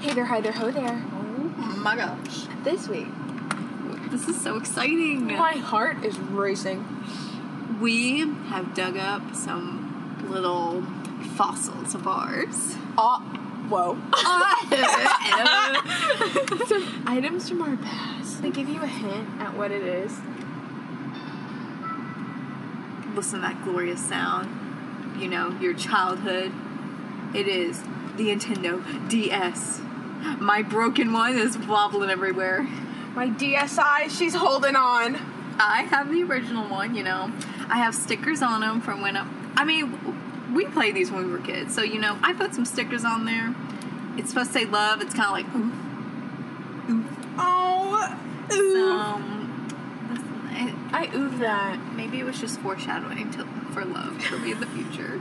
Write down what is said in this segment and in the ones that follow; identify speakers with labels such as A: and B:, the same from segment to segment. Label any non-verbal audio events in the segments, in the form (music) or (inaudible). A: Hey there, hi there, ho there.
B: Oh my gosh.
A: This week,
B: This is so exciting.
A: my heart is racing.
B: We have dug up some little fossils of (laughs) ours.
A: Uh, whoa. (laughs)
B: Uh,
A: Some items from our past. They give you a hint at what it is.
B: (laughs) Listen to that glorious sound. You know, your childhood. It is the Nintendo DS. My broken one is wobbling everywhere.
A: My DSI, she's holding on.
B: I have the original one, you know. I have stickers on them from when I, I mean, we played these when we were kids. So, you know, I put some stickers on there. It's supposed to say love. It's kind of like, ooh.
A: Oh, ooh.
B: So, listen, I-
A: I ooh that.
B: maybe it was just foreshadowing to, for love. It'll be in the future.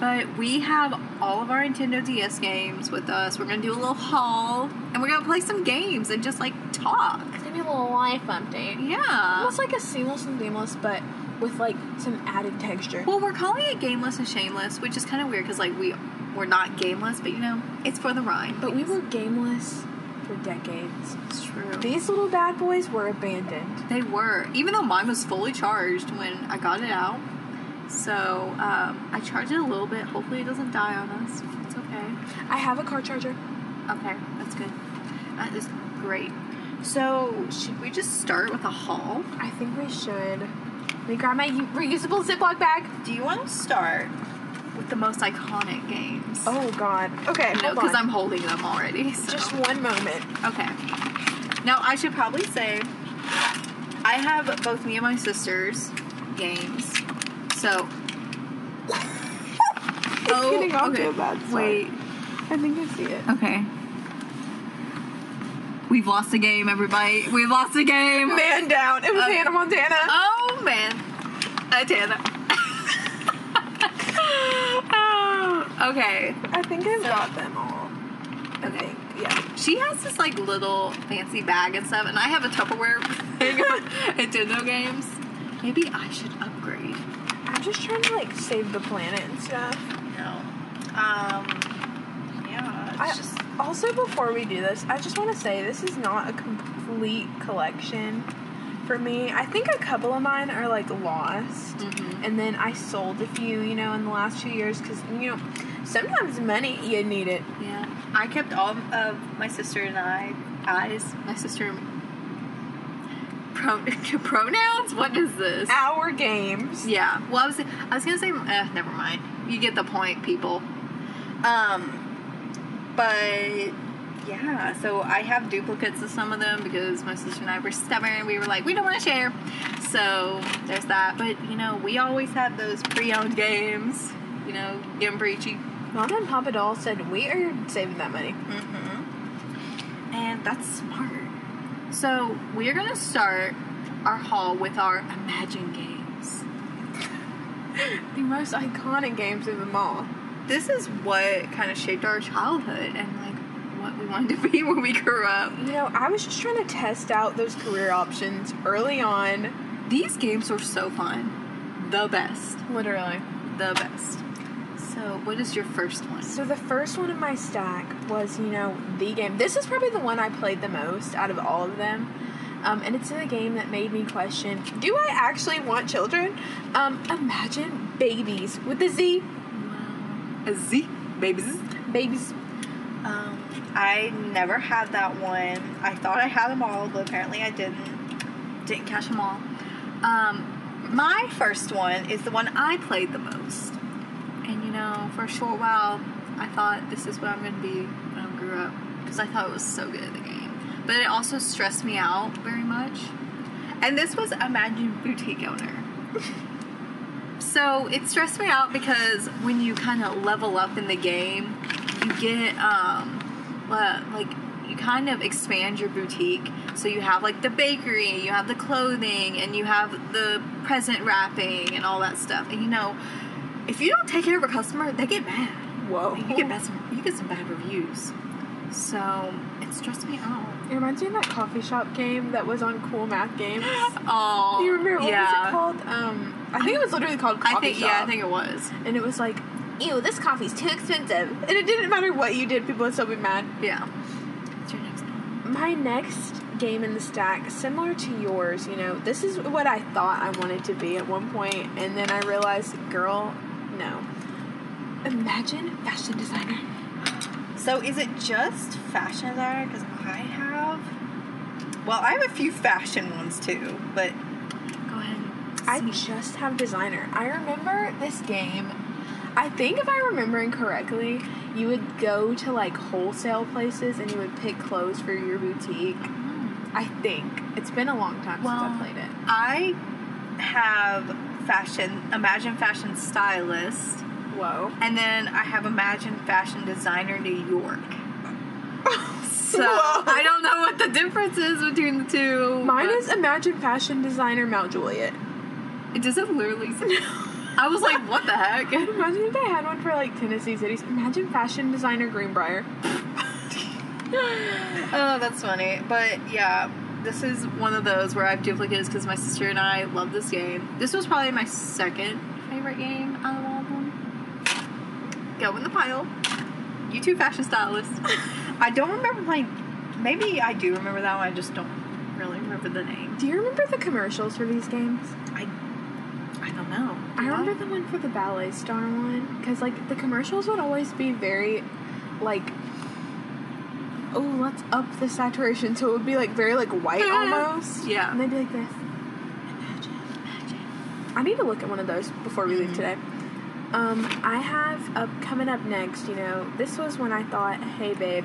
B: But we have all of our Nintendo DS games with us. We're going to do a little haul and we're going to play some games and just like talk.
A: It's gonna be a little life update.
B: Yeah.
A: Almost like a seamless and seamless, but with like some added texture.
B: Well, we're calling it gameless and shameless, which is kind of weird because like we we're not gameless, but you know it's for the rhyme.
A: But we were gameless for decades.
B: it's true.
A: These little bad boys were abandoned.
B: They were, even though mine was fully charged when I got it out. So um, I charged it a little bit. Hopefully, it doesn't die on us. It's okay.
A: I have a car charger.
B: Okay, that's good. That is great. So should we just start with a haul?
A: I think we should. Let me grab my u- reusable Ziploc bag.
B: Do you want to start with the most iconic games?
A: Oh God. Okay,
B: you know,
A: hold
B: because
A: on.
B: I'm holding them already. So.
A: just one moment.
B: Okay. Now I should probably say I have both me and my sisters games.
A: (laughs)
B: So
A: It's getting off to a bad start.
B: Wait.
A: I think I see it.
B: Okay. We've lost the game, everybody. We've lost the game.
A: Man down. It was
B: Uh,
A: Hannah Montana.
B: Oh man. Uh, Tana. Oh, (laughs) okay.
A: I think I've
B: so-
A: got them all. I
B: Okay.
A: think. Yeah.
B: She has this like little fancy bag and stuff, and I have a Tupperware (laughs) thing of Nintendo games. Maybe I should upgrade.
A: I'm just trying to like save the planet and stuff.
B: No. Um. Yeah. It's
A: I,
B: just.
A: also, before we do this, I just want to say this is not a complete collection for me. I think a couple of mine are like lost,
B: Mm-hmm.
A: and then I sold a few, you know, in the last few years because you know sometimes money you need it.
B: Yeah. I kept all of my sister and I eyes. My sister. Pro- (laughs) pronouns? What is this?
A: Our games.
B: Yeah. Well, I was I was gonna say eh, never mind. You get the point, people. Um, but yeah. So I have duplicates of some of them because my sister and I were stubborn. We were like, we don't want to share. So there's that. But you know, we always had those pre-owned games. You know, getting preachy.
A: Mom and Papa Doll said we are saving that money.
B: Mm-hmm. And that's smart. So we are gonna start our haul with our Imagine games.
A: The most iconic games of them all.
B: this is what kind of shaped our childhood and like what we wanted to be (laughs) when we grew up.
A: You know, I was just trying to test out those career options early on.
B: These games were so fun. The best.
A: Literally.
B: The best. So, what is your first one?
A: So the first one in my stack was, you know, the game. This is probably the one I played the most out of all of them. Um, and it's a game that made me question, do I actually want children? Um, imagine babies with a Z.
B: Wow. A Z, babies.
A: Babies.
B: Um, I never had that one. I thought I had them all, but apparently I didn't. Didn't catch them all. Um, my first one is the one I played the most. And you know, for a short while, I thought this is what I'm going to be when I grew up because I thought it was so good at the game. But it also stressed me out very much. And this was Imagine Boutique Owner. So it stressed me out because when you kind of level up in the game, you get um, uh, like you kind of expand your boutique. So you have like the bakery, you have the clothing, and you have the present wrapping and all that stuff. And you know, if you don't take care of a customer, they get mad.
A: Whoa.
B: You get bad some,
A: Oh.
B: you get some bad reviews. So it stressed me out.
A: It reminds me of that coffee shop game that was on Cool Math (laughs) Games.
B: Oh,
A: Do you remember what
B: yeah.
A: was it called? Um, I think it was literally called Coffee
B: I think
A: Shop.
B: yeah, I think it was.
A: and it was like
C: ew, this coffee's too expensive.
A: And it didn't matter what you did, people would still be mad.
B: Yeah. What's your next one?
A: My next game in the stack, similar to yours, you know, this is what I thought I wanted to be at one point, and then I realized, girl, no. Imagine fashion designer.
B: So is it just fashion designer? Because I have, well, I have a few fashion ones too, but
C: Go ahead.
A: I just have designer. I remember this game. I think if I'm remembering correctly, you would go to like wholesale places and you would pick clothes for your boutique. I think. It's been a long time since
C: Well,
A: I played it.
B: I have fashion, Imagine Fashion Stylist,
A: Whoa.
B: and then I have Imagine Fashion Designer New
A: (laughs)
B: York. So
A: Whoa.
B: I don't know what the difference is between the two.
A: Mine
B: but
A: is Imagine Fashion Designer Mount Juliet. (laughs)
B: It doesn't literally. I was like, what the heck?
A: Imagine if they had one for like Tennessee cities. Imagine Fashion Designer Greenbrier. (laughs)
B: oh, that's funny. But yeah, this is one of those where I have duplicates because my sister and I love this game. This was probably my second favorite game out of all of them. Go in the pile. You two fashion stylist. (laughs) I don't remember playing. Maybe I do remember that one. I just don't really remember the name.
A: Do you remember the commercials for these games?
B: I don't know.
A: I remember the one for the Ballet Star one because like the commercials would always be very, like, oh let's up the saturation so it would be like very like white almost.
B: Yeah.
A: And they'd be like this. I need to look at one of those before we leave
B: Mhm.
A: today. Um, I have up coming up next. You know, this was when I thought, hey babe,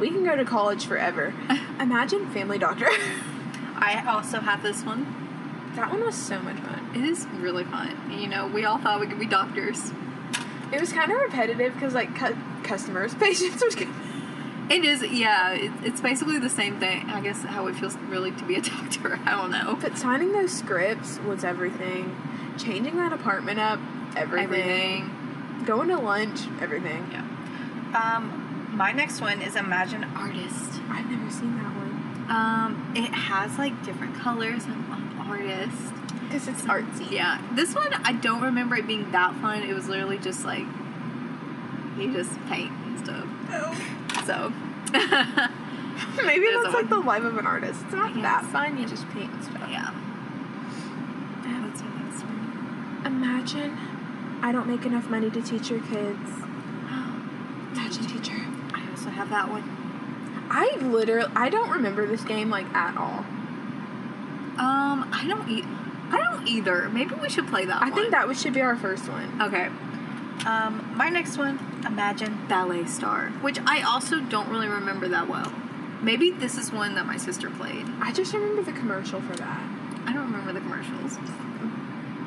A: we can go to college forever. Imagine Family Doctor. (laughs)
B: I also have this one.
A: that one was so much fun.
B: It is really fun. You know, we all thought we could be doctors.
A: It was kind of repetitive because like cu- customers, (laughs) patients would. Come-
B: It is, yeah. It, it's basically the same thing. I guess how it feels really to be a (laughs) doctor. I don't know.
A: But signing those scripts was everything. Changing that apartment up, everything. Going to lunch, everything.
B: Um, my next one is Imagine Artist.
A: I've never seen that one
B: Um, it has like different colors and um, artist.
A: because it's artsy.
B: Yeah, this one I don't remember it being that fun. It was literally just like you just paint and stuff. So
A: (laughs)
B: (laughs)
A: Maybe
B: Oh. There's
A: that's
B: a
A: like the life of an artist. It's not
B: I
A: that
B: guess.
A: fun. You just paint and stuff.
B: yeah, that's my next one.
A: Imagine I don't make enough money to teach your kids.
B: (gasps)
A: Imagine teacher.
B: I also have that one.
A: I literally I don't remember this game like at all.
B: Um, I don't eat. I don't either. Maybe we should play that.
A: I
B: one.
A: think that should be our first one.
B: Okay. Um, my next one, Imagine Ballet Star, which I also don't really remember that well. Maybe this is one that my sister played.
A: I just remember the commercial for that.
B: I don't remember the commercials,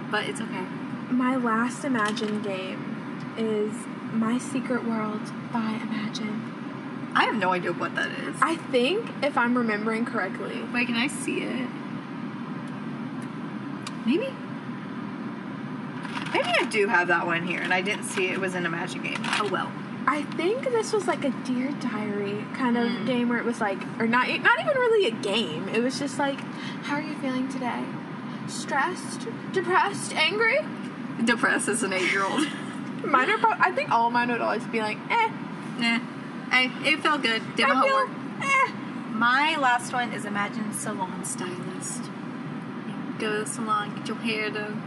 B: but it's okay.
A: My last Imagine game is My Secret World by Imagine.
B: I have no idea what that is.
A: I think, if I'm remembering correctly,
B: Wait, can I see it? Maybe. Maybe I do have that one here, and I didn't see it was an Imagine game. Oh well.
A: I think this was like a Dear Diary kind of
B: Mm.
A: game where it was like, or not, not even really a game. It was just like, how are you feeling today? Stressed, depressed, angry.
B: Depressed as an eight-year-old. (laughs)
A: Mine are, pro- I think all mine would always be like, eh,
B: nah. I, it felt good. Did my
A: I
B: homework.
A: feel, eh.
B: My last one is imagine salon stylist. Go to the salon, get your hair done,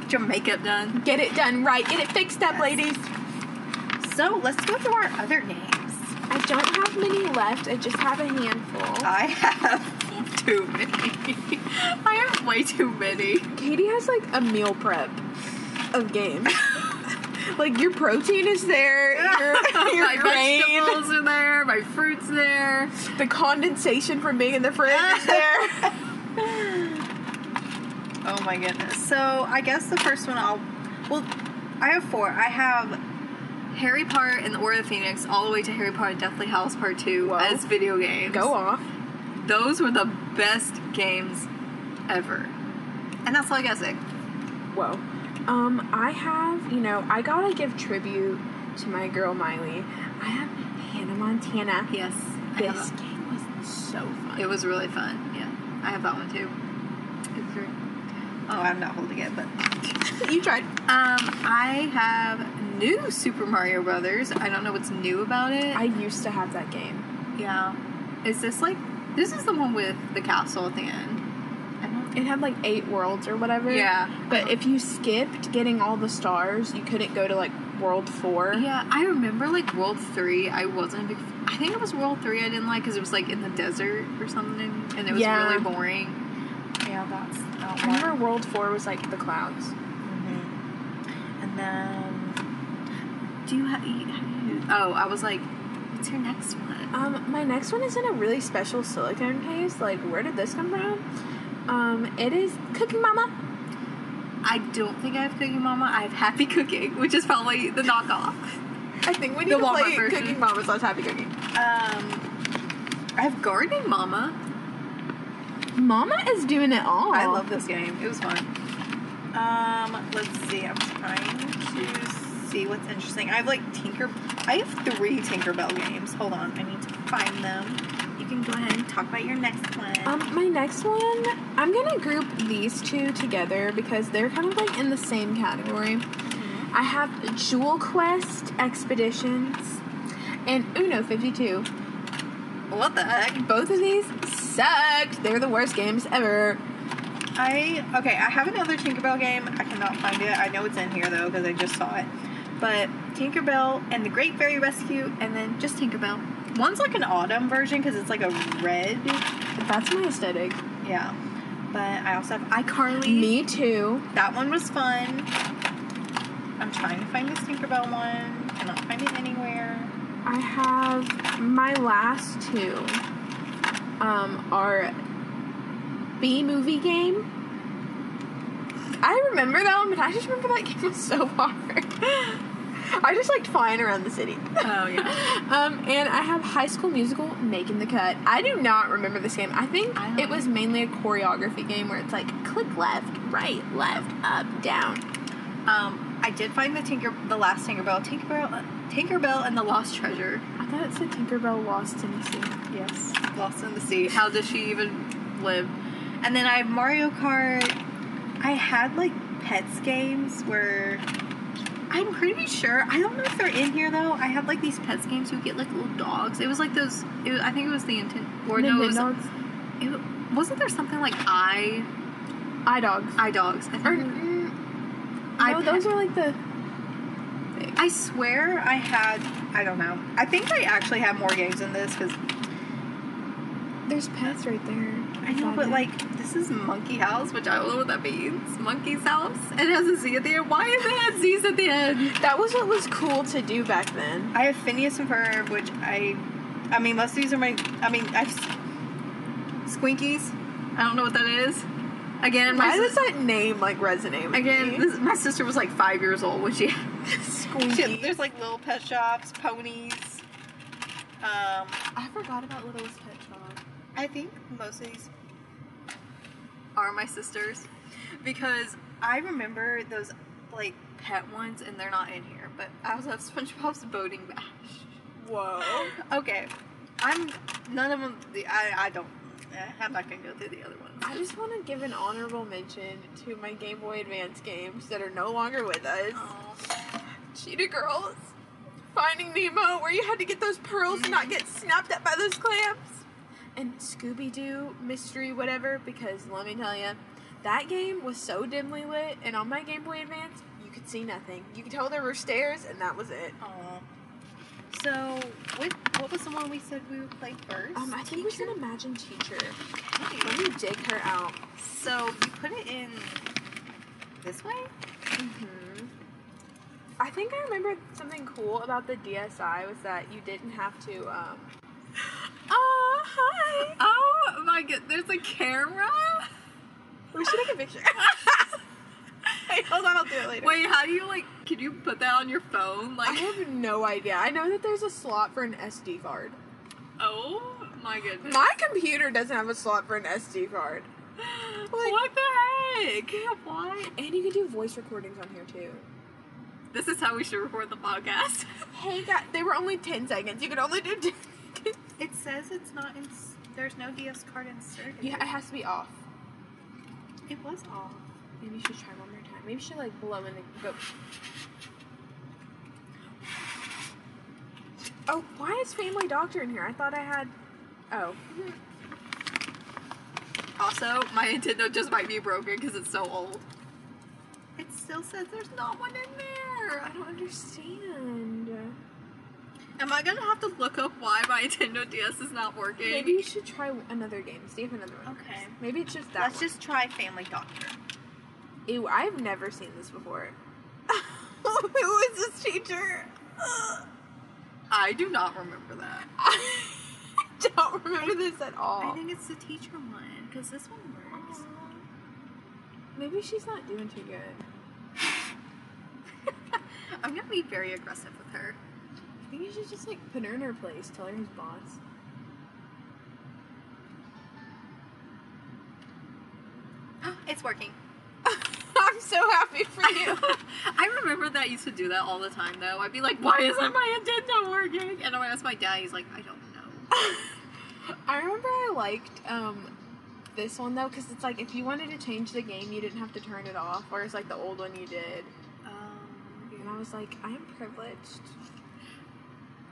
B: get your makeup done.
A: Get it done right, get it fixed up,
B: Yes.
A: ladies.
B: So let's go through our other names.
A: I don't have many left. I just have a handful.
B: I have (laughs) too many. (laughs) I have way
A: (laughs)
B: too many. (laughs)
A: Katie has like a meal prep of games. like your protein is
B: (laughs)
A: there, your, your
B: Oh my
A: grain,
B: vegetables are there, my fruits there.
A: the condensation from being in the fridge
B: (laughs)
A: is there.
B: Oh my goodness. So I guess the first one I'll well I have four. I have Harry Potter and the Order of the Phoenix all the way to Harry Potter Deathly Hallows Part 2
A: Whoa.
B: as video games.
A: Go off.
B: Those were the best games ever. And that's all I gotta say.
A: Whoa. Um, I have, you know, I gotta give tribute to my girl Miley. I have Hannah Montana.
B: Yes. I have
A: This
B: that.
A: game was so fun.
B: It was really fun. Yeah. I have that one too. It's great. Oh, I'm not holding it, but
C: you tried.
B: um, I have new Super Mario Brothers. I don't know what's new about it.
A: I used to have that game.
B: yeah, is this like this is the one with the castle at the end? I don't.
A: It had like eight worlds or whatever.
B: Yeah,
A: But if you skipped getting all the stars, you couldn't go to like world four.
B: yeah, I remember like World Three. I wasn't a big. f- I think it was World Three I didn't like because it was like in the desert or something, and it was
A: Yeah.
B: really boring. Yeah, that's that
A: I remember world four was like the clouds.
B: Mm-hmm. And then, do you have? Oh, I was like, what's your next one?
A: Um, my next one is in a really special silicone case. Like, where did this come from? Um, it is Cooking Mama.
B: I don't think I have Cooking Mama. I have Happy Cooking, which is probably the knockoff.
A: I think we
B: The Walmart version.
A: Mama slash Happy Cooking.
B: Um, I have Gardening Mama.
A: Mama is doing it all.
B: I love this game. It was fun. Um, let's see. I'm trying to see what's interesting. I have like Tinker. I have three Tinkerbell games. Hold on, I need to find them. You can go ahead and talk about your next one.
A: Um, my next one, I'm gonna group these two together because they're kind of like in the same category. I have Jewel Quest Expeditions and Uno 52.
B: what the heck?
A: Both of these sucked. They're the worst games ever.
B: I okay. I have another Tinkerbell game. I cannot find it. I know it's in here though because I just saw it. But Tinkerbell and the Great Fairy Rescue, and then just Tinkerbell. One's like an autumn version because it's like a red.
A: That's my aesthetic.
B: Yeah. But I also have iCarly.
A: Me too.
B: That one was fun. I'm trying to find this Tinkerbell one. Cannot find it anywhere.
A: I have my last two um, are B movie game. I remember that one, but I just remember that game (laughs) was so hard. I just liked flying around the city.
B: Oh
A: Um, and I have High School Musical making the cut. I do not remember this game. I think
B: I don't
A: it was mainly a choreography game where it's like click left, right, left, up, down.
B: (laughs) um, I did find the Tinker, the last Tinkerbell, Tinkerbell, Tinkerbell and the Lost Treasure.
A: I thought it said Tinkerbell Lost Tennessee.
B: Yes. Lost in the Sea. How does she even live? And then I have Mario Kart. I had like pets games where I'm pretty sure. I don't know if they're in here though. I had like these pets games who get like little dogs. It was like those. It was, I think it was the intent. Or no, it was.
A: dogs.
B: It, wasn't there something like I
A: Eye dogs.
B: I dogs? I
A: Or,
B: think.
A: mm,
B: I
A: no,
B: Pet-
A: those are like the.
B: I swear I had. I don't know. I think I actually have more games than this because
A: There's pets right there.
B: I know, but like this is Monkey House, which I don't know what that means. Monkey's house. It has a Z at the end. Why is it have Z's at the end?
A: that was what was cool to do back then.
B: I have Phineas and Ferb, which I, I mean, most of these are my. I mean, I. Squinkies. I don't know what that is. Again, my
A: Why does
B: sis-
A: that name like resonate? With
B: again,
A: me? (laughs)
B: this, my sister was like five years old when she.
A: Squeaky.
B: Shit, there's like little pet shops, ponies. Um,
A: I forgot about Littlest Pet Shop.
B: I think most of these are my sisters because I remember those like pet ones and they're not in here, but I also have (laughs) SpongeBob's boating bash.
A: Whoa.
B: Okay, I'm none of them. The, I I don't. eh, I'm not gonna go through the other ones.
A: I just want to give an honorable mention to my Game Boy Advance games that are no longer with us. Cheetah Girls, Finding Nemo, where you had to get those pearls and not get snapped up by those clamps, and Scooby Doo Mystery whatever. Because let me tell you, that game was so dimly lit, and on my Game Boy Advance, you could see nothing. You could tell there were stairs, and that was it.
B: Aw. So what what was the one we said we would play first?
A: Um, I think we should imagine teacher.
B: Teacher?
A: Let me dig her out.
B: So you put it in this way.
A: hmm I think I remember something cool about the DSI was that you didn't have to. Um... Oh, hi.
B: Oh my god! There's a camera.
A: We should take a picture. hey, (laughs) hold on, I'll do it later.
B: Wait, how do you like? Can you put that on your phone?
A: I
B: Like,
A: have no idea. I know that there's a slot for an SD card.
B: oh my goodness!
A: My computer doesn't have a slot for an SD card.
B: what the heck? Why?
A: And you can do voice recordings on here too.
B: This is how we should record the podcast.
A: Hey, God, they were only 10 seconds. You could only do 10 seconds.
B: It says it's not. In, there's no DS card inserted.
A: Yeah, it has to be off.
B: it was off.
A: Maybe you should try one more time. Maybe you should like blow in the go. Oh, why is Family Doctor in here? I thought I had. Oh,
B: Also, my Nintendo just might be broken because it's so old. It still says there's not one in
A: I
B: there.
A: don't understand.
B: Am I gonna have to look up why my Nintendo DS is not working?
A: Maybe you should try another game. See if another one.
B: Okay.
A: works. Maybe it's just that.
B: Let's
A: one.
B: just try Family Doctor.
A: Ew, I've never seen this before. (laughs) Who is this teacher?
B: (laughs) I do not remember that.
A: (laughs) I don't remember this at all.
B: it's the teacher one because this one works.
A: Maybe she's not doing too good.
B: (laughs) I'm gonna be very aggressive with her. (gasps)
A: I think you should just like put her in her place. Tell her who's boss.
B: it's working.
A: (laughs) I'm so happy for (laughs) you.
B: (laughs) I remember that I used to do that all the time though. I'd be like, why isn't my Nintendo working? And I would ask my dad, he's like, I don't know.
A: I remember I liked um this one though because it's like if you wanted to change the game, you didn't have to turn it off, whereas like the old one you did. And I
B: Um,
A: was like, I am privileged.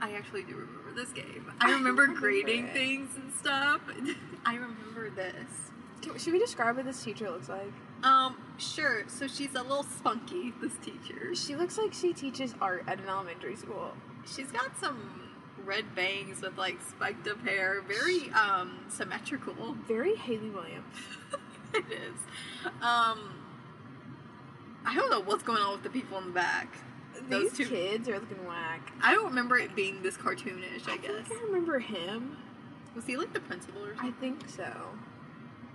B: I actually do remember this (laughs) game.
A: I
B: I remember
A: remember
B: grading
A: it.
B: things and stuff. (laughs) I remember this.
A: Can- Should we describe what this teacher looks like?
B: Um, sure. So she's a little spunky, this teacher.
A: She looks like she teaches art at an elementary school.
B: She's got some red bangs with like spiked up hair, very um symmetrical. (laughs)
A: Very Haley Williams.
B: it is. Um, I don't know what's going on with the people in the back. Those
A: These
B: two-
A: kids are looking whack.
B: I don't remember it being this cartoonish. I
A: feel like
B: guess
A: I remember him.
B: was he like the principal or
A: I
B: something?
A: think so.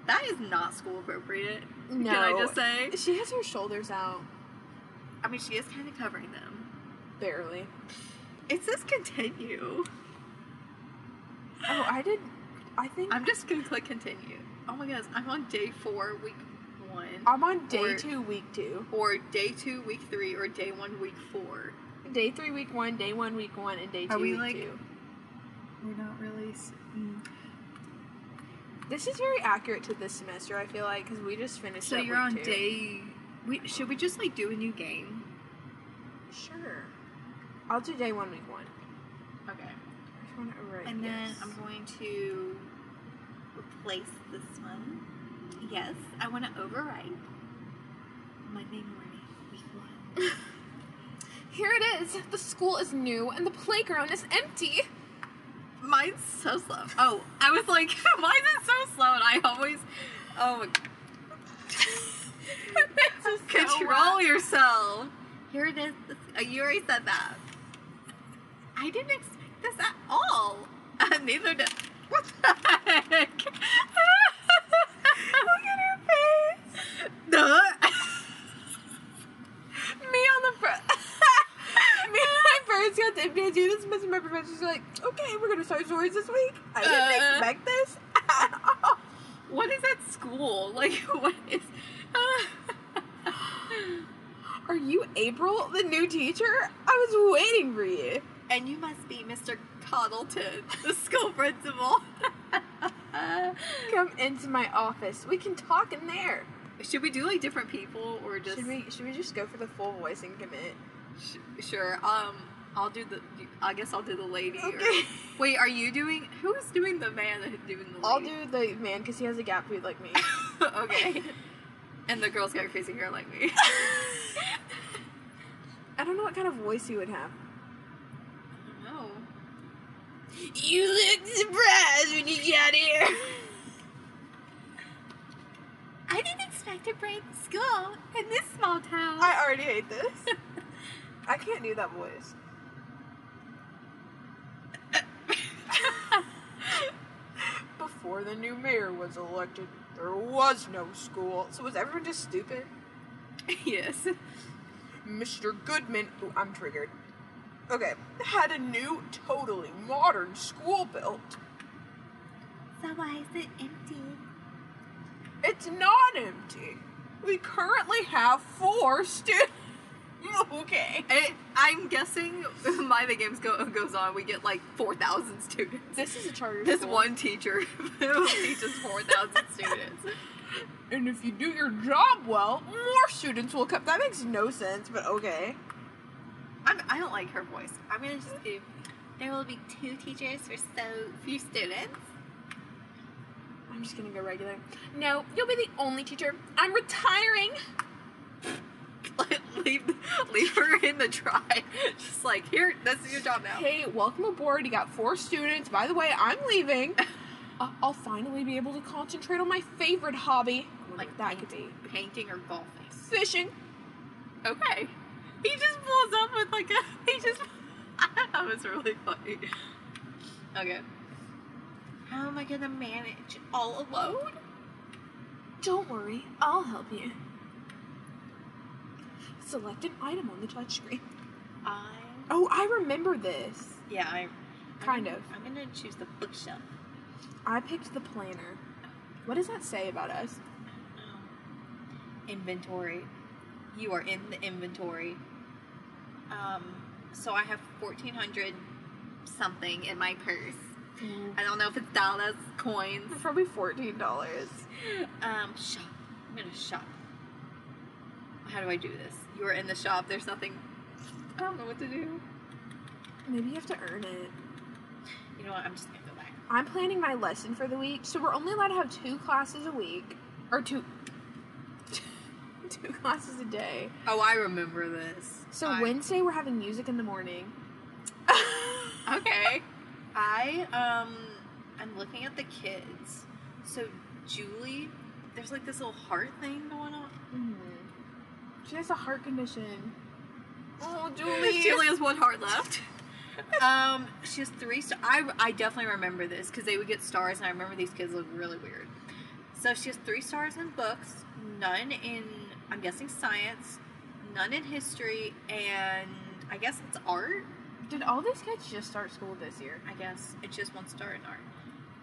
B: that is not school appropriate.
A: No.
B: Can I just say?
A: She has her shoulders out.
B: I mean, she is kind of covering them.
A: Barely.
B: It says continue.
A: Oh, I did. I think I'm,
B: I'm just gonna click continue. Oh my gosh, I'm on day four, week one,
A: on day
B: Or-
A: two, week two.
B: or day two, week three, or day one, week four.
A: Day three, week one. Day one, week one, and day two,
B: Are we,
A: week
B: like-
A: two.
B: We're not really.
A: This is very accurate to this semester. I feel like because we just finished.
B: So
A: up
B: you're
A: week
B: on
A: two.
B: day. We, should we just like do a new game?
A: Sure. I'll do day one, week one.
B: Okay.
A: I just want to erase
B: And then
A: this.
B: I'm going to replace this one. Yes, I want to overwrite Monday morning, week one.
A: Here it is. The school is new and the playground is empty.
B: Mine's so slow. Oh, I was like, (laughs) why is it so slow? And I always, oh, (laughs) my- control yourself. Here it is. This- uh, You already said that. I didn't expect this at all. (laughs) Uh, neither did. What the heck? (laughs) Look at her face. (laughs) No.
A: Me on the front.
B: (laughs)
A: Me and my friends got the MPID. This mess and my professor's like, okay, we're gonna start stories this week. I didn't
B: Uh.
A: expect this at all.
B: What is at school? (laughs) Like, what is.
A: Are you April, the new teacher? I was waiting for you.
B: And you must be Mr. Coddleton, (laughs) the school principal. (laughs)
A: Come into my office. We can talk in there.
B: Should we do like different people or just
A: Should we? Should we just go for the full voice and commit?
B: Sh- sure. Um, I'll do the. I guess I'll do the lady. or-
A: Okay.
B: wait, are you doing? Who's doing the man and doing the lady?
A: I'll do the man because he has a gap tooth like me.
B: (laughs)
A: (laughs)
B: okay. And the girl's got crazy hair like me.
A: I don't know what kind of voice he would have.
B: no.
A: You looked surprised when you got here.
B: I didn't expect to break school in this small town.
A: I already hate this. I can't do that voice. Before the new mayor was elected, there was no school, so was everyone just stupid?
B: (laughs) yes.
A: Mr. Goodman, ooh, I'm triggered. Okay, had a new, totally modern school built.
B: So why is it empty?
A: It's not empty. We currently have four students. (laughs) Okay.
B: It, I'm guessing (laughs) my the games go goes on. We get like four thousand students.
A: This is a charter
B: This (laughs)
A: school.
B: one teacher who teaches four thousand students.
A: And if you do your job well, more students will come. That makes no sense, but okay.
B: I'm, I don't like her voice. I'm gonna just do.
C: There will be two teachers for so few students.
A: I'm just gonna go regular. No, you'll be the only teacher. I'm retiring.
B: (laughs) leave leave her in the try. (laughs) Just like here, that's your job now.
A: Hey, welcome aboard. You got four students. By the way, I'm (laughs) leaving. Uh, I'll finally be able to concentrate on my favorite hobby.
B: Like
A: Like that could be
B: Painting or golfing.
A: fishing.
B: Okay. He just pulls up with like a. (laughs) He just. that was really funny. Okay. How am I gonna manage all alone?
A: Don't worry, I'll help you. Select an item on the touchscreen.
B: I.
A: Oh, I remember this.
B: Yeah, I.
A: Kind
B: I'm,
A: of.
B: I'm gonna choose the bookshelf.
A: I picked the planner. What does that say about us?
B: Um, Inventory. You are in the inventory. Um. So I have fourteen hundred something in my purse.
A: Mm.
B: I don't know if it's dollars, coins.
A: Probably fourteen dollars.
B: Um, shop. I'm gonna shop. How do I do this? You are in the shop. There's nothing. I don't know what to do.
A: Maybe you have to earn it.
B: You know what? I'm just gonna go back.
A: I'm planning my lesson for the week, so we're only allowed to have two classes a week, or two, (laughs) two classes a day.
B: Oh, I remember this.
A: So
B: I-
A: Wednesday we're having music in the (laughs) morning.
B: Okay. I um, I'm looking at the kids. So Julie, there's like this little heart thing going on.
A: Mhm. She has a heart condition. (laughs) Oh, Julie.
B: (laughs) Julie has one heart left. um, she has three. St- I I definitely remember this because they would get stars, and I remember these kids look really weird. So she has three stars in books, none in I'm guessing science, none in history, and I guess it's art.
A: Did all these kids just start school this year?
B: I guess it's just one star in art.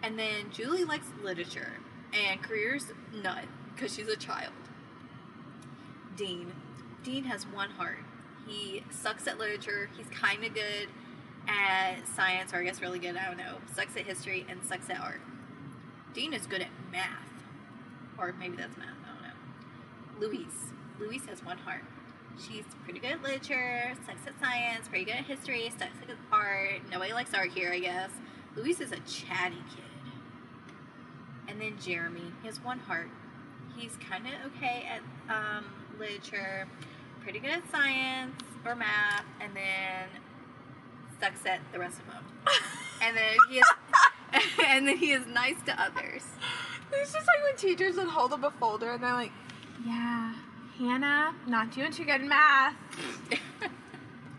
B: And then Julie likes literature and careers none because she's a child. Dean. Dean has one heart. He sucks at literature. He's kind of good at science, or I guess really good, I don't know. Sucks at history and sucks at art. Dean is good at math. Or maybe that's math, I don't know. Louise. Louise has one heart. She's pretty good at literature, sucks at science, pretty good at history, sucks at art. Nobody likes art here, I guess. Luis is a chatty kid. And then Jeremy, he has one heart. He's kind of okay at um, literature, pretty good at science or math, and then sucks at the rest of them. And then he is, (laughs) and then he is nice to others. (laughs)
A: It's just like when teachers would hold up a folder and they're like, "Yeah, Hannah, not doing too good in math."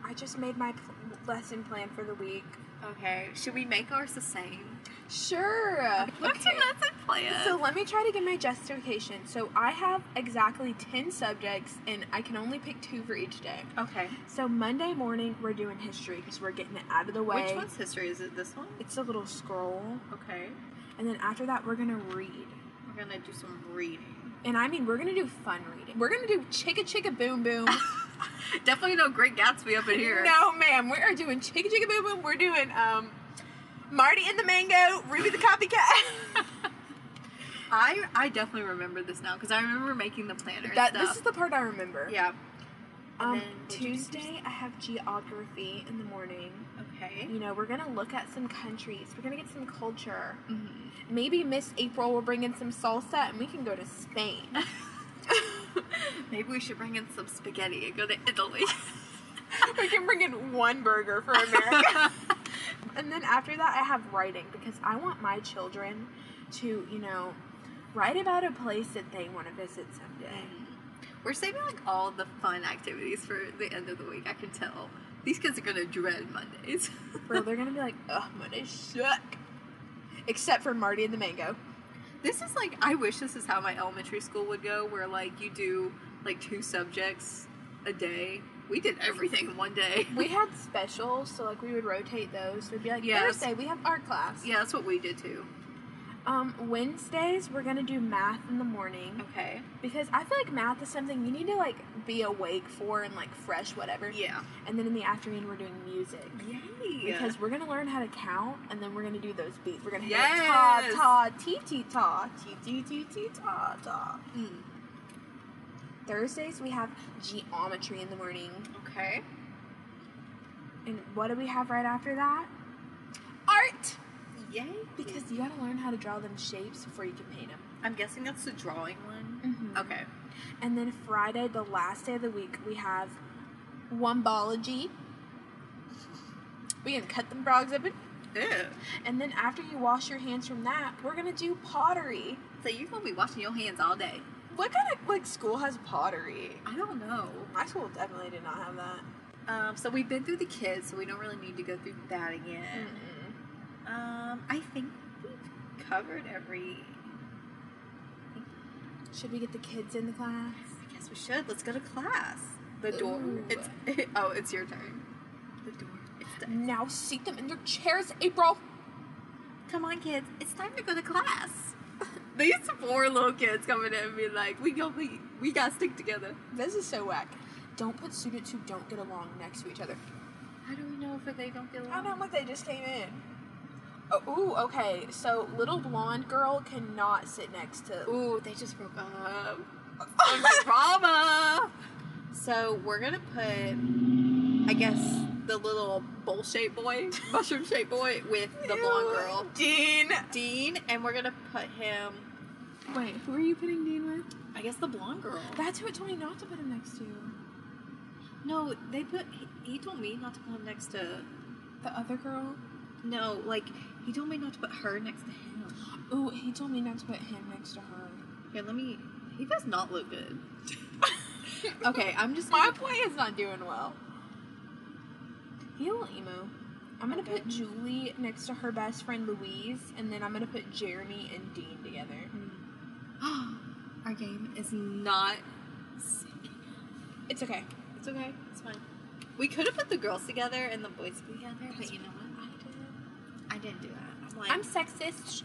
A: I just made my pl- lesson plan for the week.
B: okay, should we make ours the same?
A: Sure.
B: Let's do lesson plan.
A: So let me try to give my justification. So I have exactly 10 subjects and I can only pick two for each day.
B: okay.
A: So Monday morning we're doing history because we're getting it out of the way.
B: Which one's history? Is it this one?
A: It's a little scroll.
B: Okay.
A: And then after that we're going to read.
B: We're gonna do some (laughs) reading.
A: And I mean we're going to do fun reading. We're going to do chicka chicka boom
B: (laughs)
A: boom.
B: Definitely no Great Gatsby up in here.
A: no ma'am, we are doing chicka chicka boom boom. We're doing um Marty and the Mango, Ruby the
B: (laughs)
A: Copycat.
B: I I definitely remember this now because I remember making the planner. and
A: that
B: stuff.
A: this is the part I remember.
B: yeah.
A: Um,
B: And then what do you do
A: Tuesday I have geography in the morning.
B: Okay.
A: You know, we're gonna look at some countries. We're gonna get some culture.
B: Mhm. (laughs)
A: Maybe Miss April will bring in some salsa, and we can go to Spain. (laughs)
B: Maybe we should bring in some spaghetti and go to Italy. (laughs)
A: we can bring in one burger for
B: (laughs)
A: America. and then after that, I have writing because I want my children to, you know, write about a place that they want to visit someday.
B: We're saving like all the fun activities for the end of the week. I can tell these kids are gonna dread Mondays.
A: Bro, they're gonna be like, "Ugh, Monday suck," except for Marty and the Mango.
B: This is like I wish this is how my elementary school would go, where like you do like two subjects a day. We did everything in one day.
A: We
B: (laughs)
A: had specials, so like we would rotate those. So it'd be like
B: Yes.
A: Thursday we have art class.
B: Yeah, that's what we did too.
A: Um, Wednesdays we're gonna do math in the morning
B: Okay.
A: because I feel like math is something you need to like be awake for and like fresh whatever.
B: Yeah.
A: And then in the afternoon we're doing music.
B: Yay.
A: Because we're gonna learn how to count, and then we're gonna do those beats. We're gonna
B: Yes.
A: hit ta ta ti ti ta ti ti ti ti ta ta.
B: Mm.
A: Thursdays we have geometry in the morning,
B: Okay.
A: and what do we have right after that? Art,
B: Yay.
A: because you gotta learn how to draw them shapes before you can paint them.
B: I'm guessing that's the drawing one.
A: Mm-hmm.
B: Okay.
A: And then Friday, the last day of the week, we have wombology. We can cut them frogs up, and,
B: Ew.
A: and then after you wash your hands from that, we're gonna do pottery.
B: So you're gonna be washing your hands all day.
A: What kind of like school has pottery?
B: I don't know.
A: My school definitely did not have that.
B: Um, so we've been through the kids, so we don't really need to go through that again.
A: Mm-mm.
B: Um, I think we've covered every.
A: Should we get the kids in the class?
B: I guess we should. Let's go to class. The door.
A: Ooh.
B: It's (laughs) oh, it's your turn. The door. It's done.
A: Now seat them in their chairs, April.
B: Come on, kids. It's time to go to class. (laughs) These four little kids coming in and being like, "We go, we we gotta stick together."
A: This is so whack. Don't put students who don't get along next to each other.
B: How do we know if they don't get along?
A: I don't like they just came in. Oh, ooh, okay. So little blonde girl cannot sit next to.
B: Ooh, they just broke
A: (laughs)
B: up. Some (laughs) drama. So we're gonna put, I guess, the little bowl shaped boy, (laughs) mushroom shaped boy, with the blonde girl,
A: Dean.
B: Dean, and we're gonna put him,
A: Wait, who are you putting Dean with?
B: I guess, the blonde girl.
A: That's who it told me not to put him next to.
B: no, they put. He, he told me not to put him next to.
A: The other girl.
B: No, like he told me not to put her next to him.
A: Ooh, he told me not to put him next to (laughs) her.
B: Here, let me. He does not look good. okay, I'm just.
A: My
B: gonna-
A: play is not doing well. You little emo. I'm gonna put Julie next to her best friend Louise, and then I'm gonna put Jeremy and Dean together.
B: (gasps) Our game is not
A: It's okay.
B: It's okay. It's fine. We could have put the girls together and the boys together, but you know what?
A: I did.
B: I didn't do that. I'm like,
A: I'm (laughs) sexist.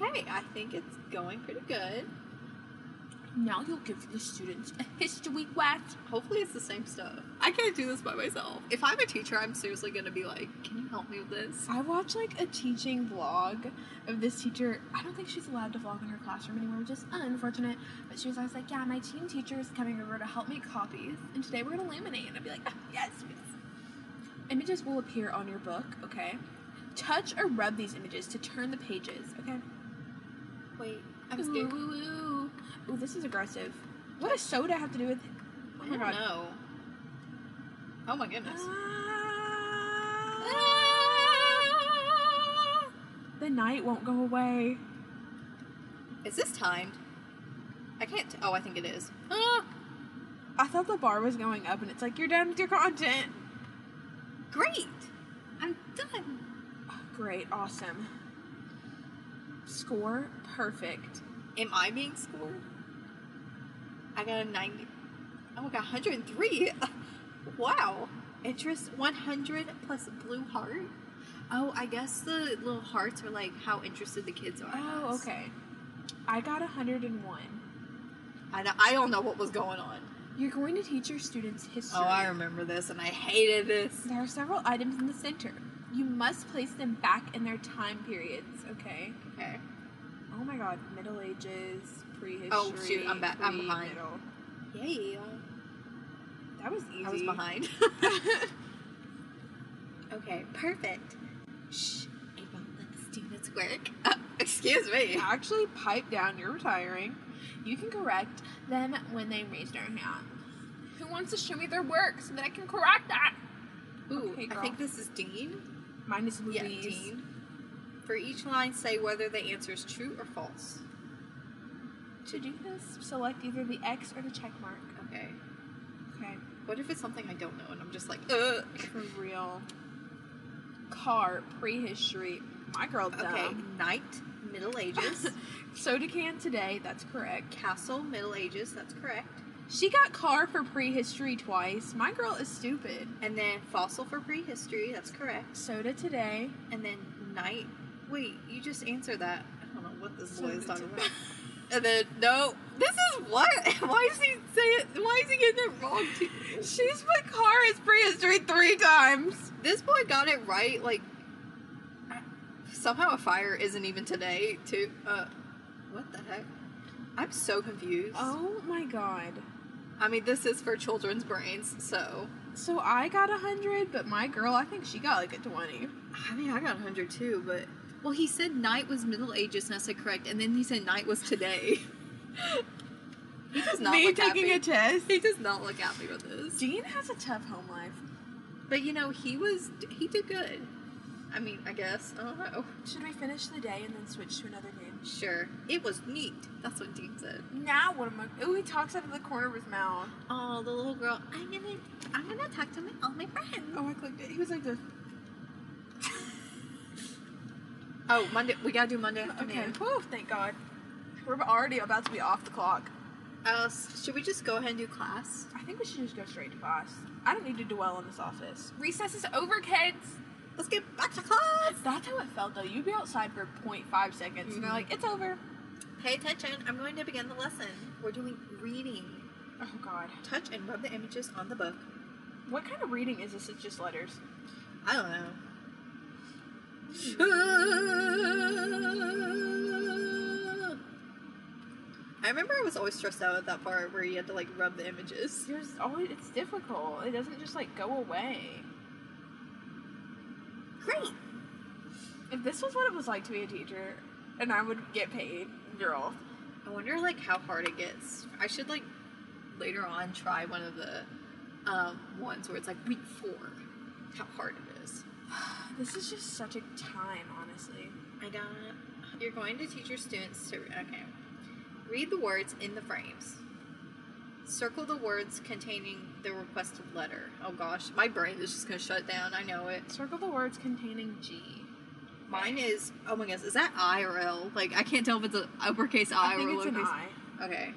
B: okay. I think it's going pretty good.
A: now you'll give the students a history wax.
B: Hopefully, it's the same stuff. I can't do this by myself. If I'm a teacher, I'm seriously gonna be like, "Can you help me with this?"
A: I watched like a teaching vlog of this teacher. I don't think she's allowed to vlog in her classroom anymore, which is unfortunate. But she was always like, "Yeah, my team teacher is coming over to help make copies, and today we're gonna laminate." And I'd be like, oh, "Yes, yes." Images will appear on your book. Okay. Touch or rub these images to turn the pages. Okay.
B: Wait,
A: I'm scared. Ooh, ooh, ooh. Ooh, this is aggressive. What does soda have to do with?
B: I don't know. Oh my goodness.
A: Ah. The night won't go away.
B: Is this timed? I can't. T- oh, I think it is. Ah,
A: I thought the bar was going up, and it's like you're done with your content.
B: great. I'm done.
A: Oh, great, awesome. Score perfect.
B: Am I being scored? I got a 90. Oh, I got 103. (laughs) wow. Interest 100 plus blue heart. Oh, I guess the little hearts are like how interested the kids are. in
A: Oh,
B: us.
A: okay. I got 101.
B: I don't, I don't know what was going on.
A: You're going to teach your students history.
B: Oh, I remember this and I hated this.
A: There are several items in the center. You must place them back in their time periods, okay?
B: Okay.
A: Oh my god, Middle Ages, prehistory.
B: Oh, shoot, I'm back- I'm behind.
A: pre-middle.
B: Yay.
A: That was easy.
B: I was behind. okay, perfect. Shh, April, let the students work. (laughs) Uh, excuse me.
A: (laughs) Actually, pipe down. You're retiring. You can correct them when they raise their hand. Who wants to show me their work so that I can correct that?
B: Ooh,
A: Okay,
B: I
A: girl.
B: think this is Dean.
A: Mine is Louise.
B: Yeah, Dean. For each line, say whether the answer is true or false.
A: To do this, select either the X or the check mark.
B: Okay.
A: Okay.
B: What if it's something I don't know and I'm just like, ugh.
A: For real. Car, prehistory. My girl
B: Okay,
A: dumb.
B: knight,
A: (laughs)
B: Middle (laughs) Ages.
A: Soda can today, that's correct.
B: Castle, Middle Ages, that's correct.
A: She got car for prehistory twice. My girl is stupid.
B: And then fossil for prehistory, that's correct.
A: Soda today.
B: And then knight,
D: Wait, you just answered that. I don't know what this boy is talking about.
B: and then no, this is what? (laughs) Why is he saying? Why is he getting it wrong? Too?
A: (laughs)
B: She's put car as prehistory three times. This boy got it right. Like somehow a fire isn't even today. Too. Uh, what the heck? I'm so confused.
A: Oh my god.
B: I mean, this is for children's brains, so.
A: So I got a hundred, but my girl, I think she got like a twenty.
B: I mean, I got 100 too, but. Well, he said night was Middle Ages, and I said correct, and then he said night was today. (laughs) he does not
A: Me
B: look
A: taking
B: (laughs) happy.
A: a test.
B: He does not look happy with this.
A: Dean has a tough home life.
B: But you know, he was. He did good. I mean, I guess. I don't know.
A: Should we finish the day and then switch to another game?
B: Sure. It was neat. That's what Dean said.
A: Now what am I? Ooh, he talks out of the corner of his mouth.
B: Oh, the little girl. I'm gonna. I'm gonna talk to my, all my friends.
A: Oh, I clicked it. He was like this.
B: Oh, Monday. We gotta do Monday
A: Okay.
B: afternoon.
A: Whew, thank God. We're already about to be off the clock.
B: Uh, s- should we just go ahead and do class?
A: I think we should just go straight to class. I don't need to dwell on this office. Recess is over, kids.
B: Let's get back to class.
A: That's how it felt though. You'd be outside for 0.5 seconds and they're
B: Mhm.
A: like, it's over.
B: Pay attention. I'm going to begin the lesson. We're doing reading.
A: Oh God.
B: Touch and rub the images on the book.
A: What kind of reading is this? It's just letters.
B: I don't know. I remember I was always stressed out at that part where you had to like rub the images.
A: There's always it's difficult. It doesn't just like go away.
B: Great.
A: If this was what it was like to be a teacher, and I would get paid, girl.
B: I wonder like how hard it gets. I should like later on try one of the um, ones where it's like week four. How hard it is.
A: This is just such a time, honestly.
B: I got it. You're going to teach your students to okay. Read the words in the frames. Circle the words containing the requested letter. Oh gosh, my brain is just gonna shut down. I know it.
A: Circle the words containing G.
B: Mine is. Oh my gosh, is that I or L? Like I can't tell if it's an uppercase I,
A: I think
B: or
A: it's an
B: lowercase.
A: I.
B: Okay.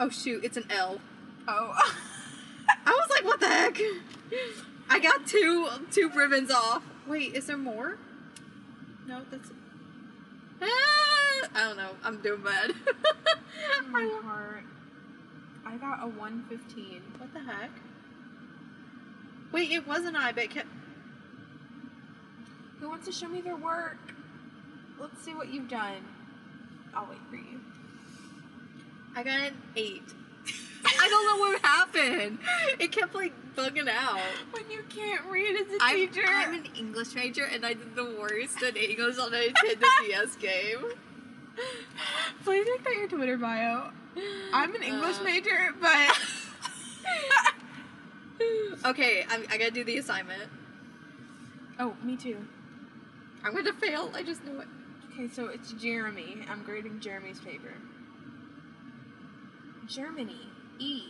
B: Oh shoot, it's an L.
A: Oh. (laughs)
B: I was like, what the heck? I got two two ribbons off. Wait, is there more? No, that's. Ah, I don't know. I'm doing bad. (laughs)
A: Oh my heart. I got a 115.
B: what the heck? Wait, it was an eye, but it kept.
A: Who wants to show me their work? Let's see what you've done. I'll wait for you.
B: I got an eight. I
A: (laughs)
B: don't know what happened. It kept like bugging out.
A: When you can't read as a
B: I'm,
A: teacher.
B: I'm an English major, and I did the worst in English on
A: (laughs)
B: a Nintendo DS game.
A: Please make that your Twitter bio. I'm an English
B: Uh, (laughs)
A: major, but
B: Okay, I'm, I gotta do the assignment.
A: (laughs) oh, me too.
B: I'm gonna fail. I just know it.
A: Okay, so it's Jeremy. I'm grading Jeremy's paper. Germany E.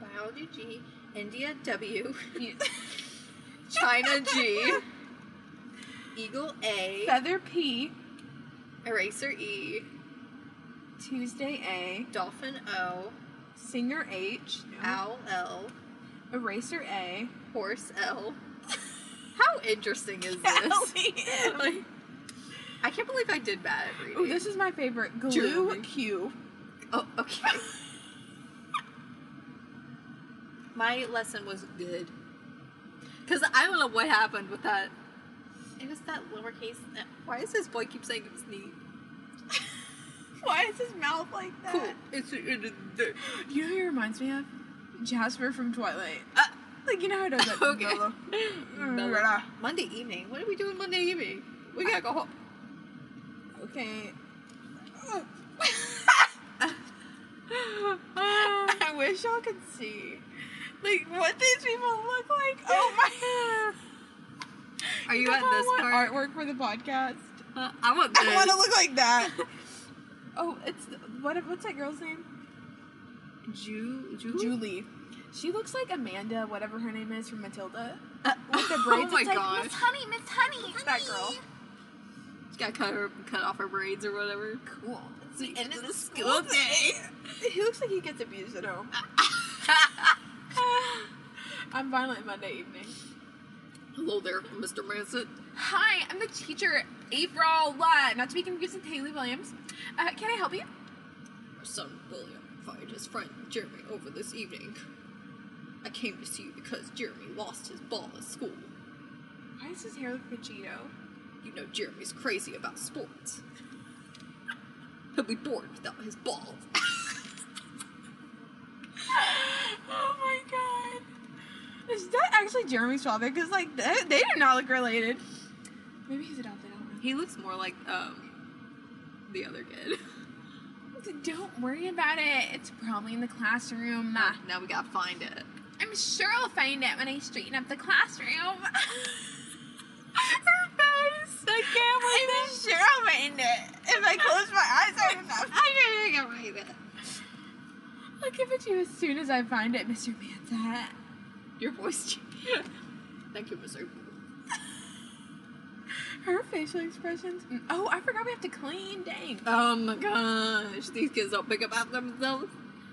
B: Biology G, India W, (laughs)
A: (laughs) You-
B: China
A: (laughs)
B: G, Eagle A,
A: Feather P.
B: Eraser E,
A: Tuesday A.
B: Dolphin O,
A: Singer H.
B: Owl L,
A: Eraser (laughs) A.
B: Horse
A: (laughs)
B: L. How interesting is this? (laughs) Like, I can't believe I did bad at reading.
A: Ooh, this is my favorite. Glue
B: Jeremy.
A: Q.
B: oh, okay. (laughs) My lesson was good. Because I don't know what happened with that. It was that lowercase. uh, Why does this boy keep saying it was neat?
A: Why is his mouth like that?
B: It's the end of the (laughs) day.
A: You know who he reminds me of? Jasper from Twilight.
B: Ah.
A: like you know how he does that.
B: (laughs) Okay. Mm.
A: Blah, blah, blah, blah.
B: Monday evening. What are we doing Monday evening? We gotta go (laughs) home.
A: (laughs) Okay.
B: I
A: I wish y'all could see, like, what these people look (laughs) like. Oh my!
B: Are you
A: know
B: at
A: how I
B: this
A: want
B: part?
A: artwork for the podcast?
B: Uh, I want this.
A: I want to look like that. (laughs) oh, it's what? What's that girl's name?
B: Ju- Julie?
A: Julie. She looks like Amanda, whatever her name is from (laughs) Matilda.
B: Uh,
A: With the braids,
B: (laughs) oh my
A: it's like,
B: gosh.
A: Miss Honey, Miss Honey. That girl.
B: She got cut, her, cut off her braids or whatever.
A: Cool.
B: It's the end of the school day.
A: (laughs)
B: (laughs)
A: He looks like he gets abused at (laughs) home. I'm violent Monday evening.
B: Hello there, Mr. Manson.
A: Hi, I'm the teacher, April, uh, not to be confused with Haley Williams. Uh, can I help you?
B: Our son William fired his friend Jeremy over this evening. I came to see you because Jeremy lost his ball at school.
A: Why does his hair look Vegito?
B: You know Jeremy's crazy about sports. He'll be bored without his ball.
A: (laughs)
B: (laughs)
A: Oh my god. Is that actually Jeremy Strawberry? Because, like, they, they do not look related. Maybe he's adopted, I don't know.
B: He looks more like um the other kid. (laughs)
A: Don't worry about it. It's probably in the classroom.
B: Ah, Now we gotta find it.
A: I'm sure I'll find it when I straighten up the classroom. (laughs) Her face. I can't I'm sure I'll find it. If I close my eyes, I will not.
B: Ah, I don't think I can find it.
A: I'll give it to you as soon as I find it, Mr. Manta.
B: Your voice changed. (laughs) Thank you, Mr.
A: Her facial expressions. mm, Oh, I forgot we have to clean. Dang.
B: Oh my gosh, these kids don't pick up after themselves.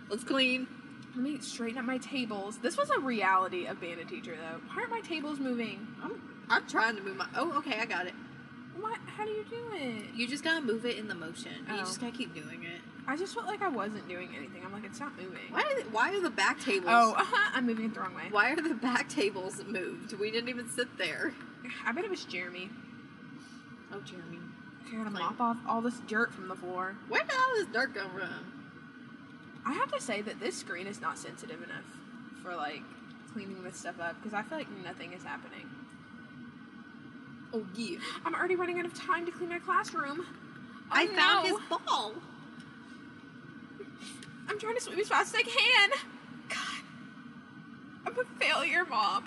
B: Let's clean.
A: Let me straighten up my tables. This was a reality of being a teacher, though. Why aren't my tables moving?
B: I'm, I'm trying to move my. Oh, okay, I got it.
A: What? How do you do it?
B: You just gotta move it in the motion.
A: Oh.
B: You just gotta keep doing it.
A: I just felt like I wasn't doing anything. I'm like, it's not moving.
B: Why? Are the, why are the back tables?
A: Oh, (laughs) I'm moving it the wrong way.
B: Why are the back tables moved? We didn't even sit there.
A: I bet it was Jeremy.
B: Oh, Jeremy.
A: Okay, I gotta
B: Like-
A: mop off all this dirt from the floor.
B: Where did all this dirt come from?
A: I have to say that this screen is not sensitive enough for like cleaning this stuff up because I feel like nothing is happening.
B: Oh, yeah.
A: I'm already running out of time to clean my classroom.
B: I
A: Oh,
B: found
A: no.
B: his ball.
A: I'm trying to swim as fast as I can. God, I'm a failure, mom.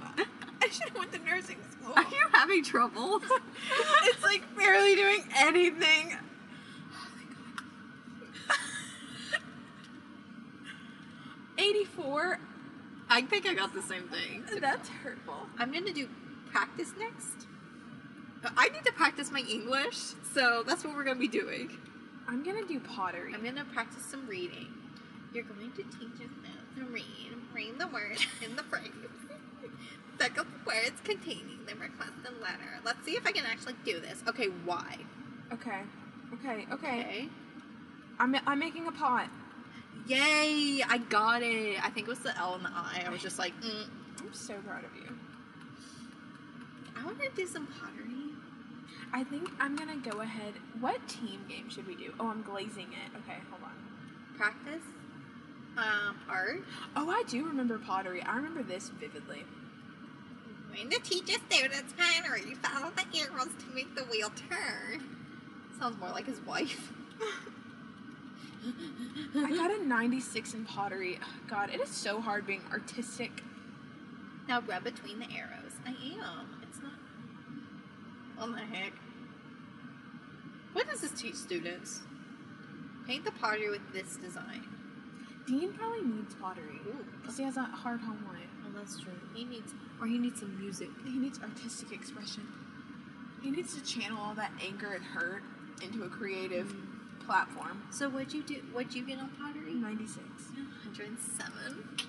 A: I should have went to nursing school.
B: Are you having (laughs) trouble?
A: (laughs) it's like barely doing anything.
B: Oh (laughs)
A: Eighty-four.
B: I think I got the same thing.
A: That's hurtful.
B: I'm gonna do practice next. I need to practice my English, so that's what we're gonna be doing.
A: I'm gonna do pottery.
B: I'm gonna practice some reading. You're going to teach us now to read. Read the words in the phrase. (laughs) Pick up the words containing the requested letter. Let's see if I can actually do this. Okay, why?
A: Okay. Okay. Okay. I'm, I'm making a pot.
B: Yay! I got it. I think it was the L and the I. I was just like, mm.
A: I'm so proud of you.
B: I want to do some pottery.
A: I think I'm gonna go ahead. What team game should we do? Oh, I'm glazing it. Okay, hold on.
B: Practice. Um, art.
A: Oh, I do remember pottery. I remember this vividly.
B: When the teacher students Henry follow the arrows to make the wheel turn. Sounds more like his wife. (laughs)
A: I got a 96 in pottery. Ugh, God, it is so hard being artistic.
B: Now rub between the arrows. I am. It's not. What the heck? What does this teach students? Paint the pottery with this design.
A: Dean probably needs pottery because he has a hard home life.
B: Oh, that's true. He needs, or he needs some music.
A: He needs artistic expression. He needs to channel all that anger and hurt into a creative platform.
B: So what'd you do? What'd you get on pottery?
A: 96.
B: 107.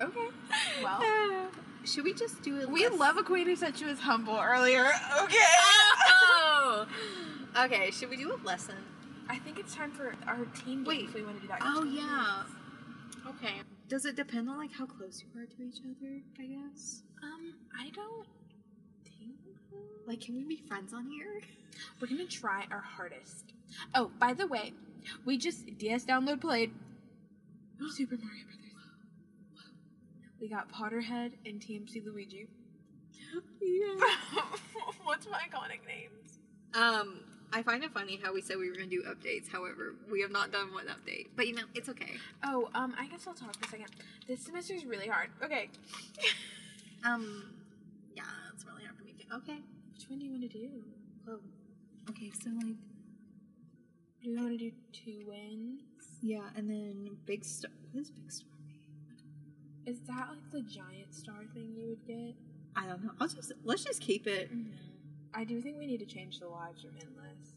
A: Okay. Well.
B: Should we just do it?
A: We
B: less- (laughs)
A: love a queen who said she was humble earlier. Okay.
B: Oh. okay. Should we do a lesson?
A: I think it's time for our team game
B: Wait.
A: if we want to do that.
B: Oh yeah. Okay.
E: Does it depend on like how close you are to each other? I guess.
A: Um, I don't think
E: Like, can we be friends on here?
A: we're gonna try our hardest. Oh, by the way, we just DS download played (gasps) Super Mario Brothers. We got Potterhead and TMC Luigi. (laughs) What's my iconic names?
B: Um, I find it funny how we said we were gonna do updates. However, we have not done one update. But you know, it's okay.
A: Oh, um, I guess I'll talk for a second. This semester's really hard. Okay. (laughs)
B: Um, yeah, it's really hard for me to. Okay.
A: Which one do you want to do?
B: Well, okay. So like,
A: Do you want to do two wins?
E: Yeah, and then big star. What is big star?
A: Is that like the giant star thing you would get?
E: I don't know. I'll just let's just keep it.
A: Mm-hmm. I do think we need to change the lives from endless.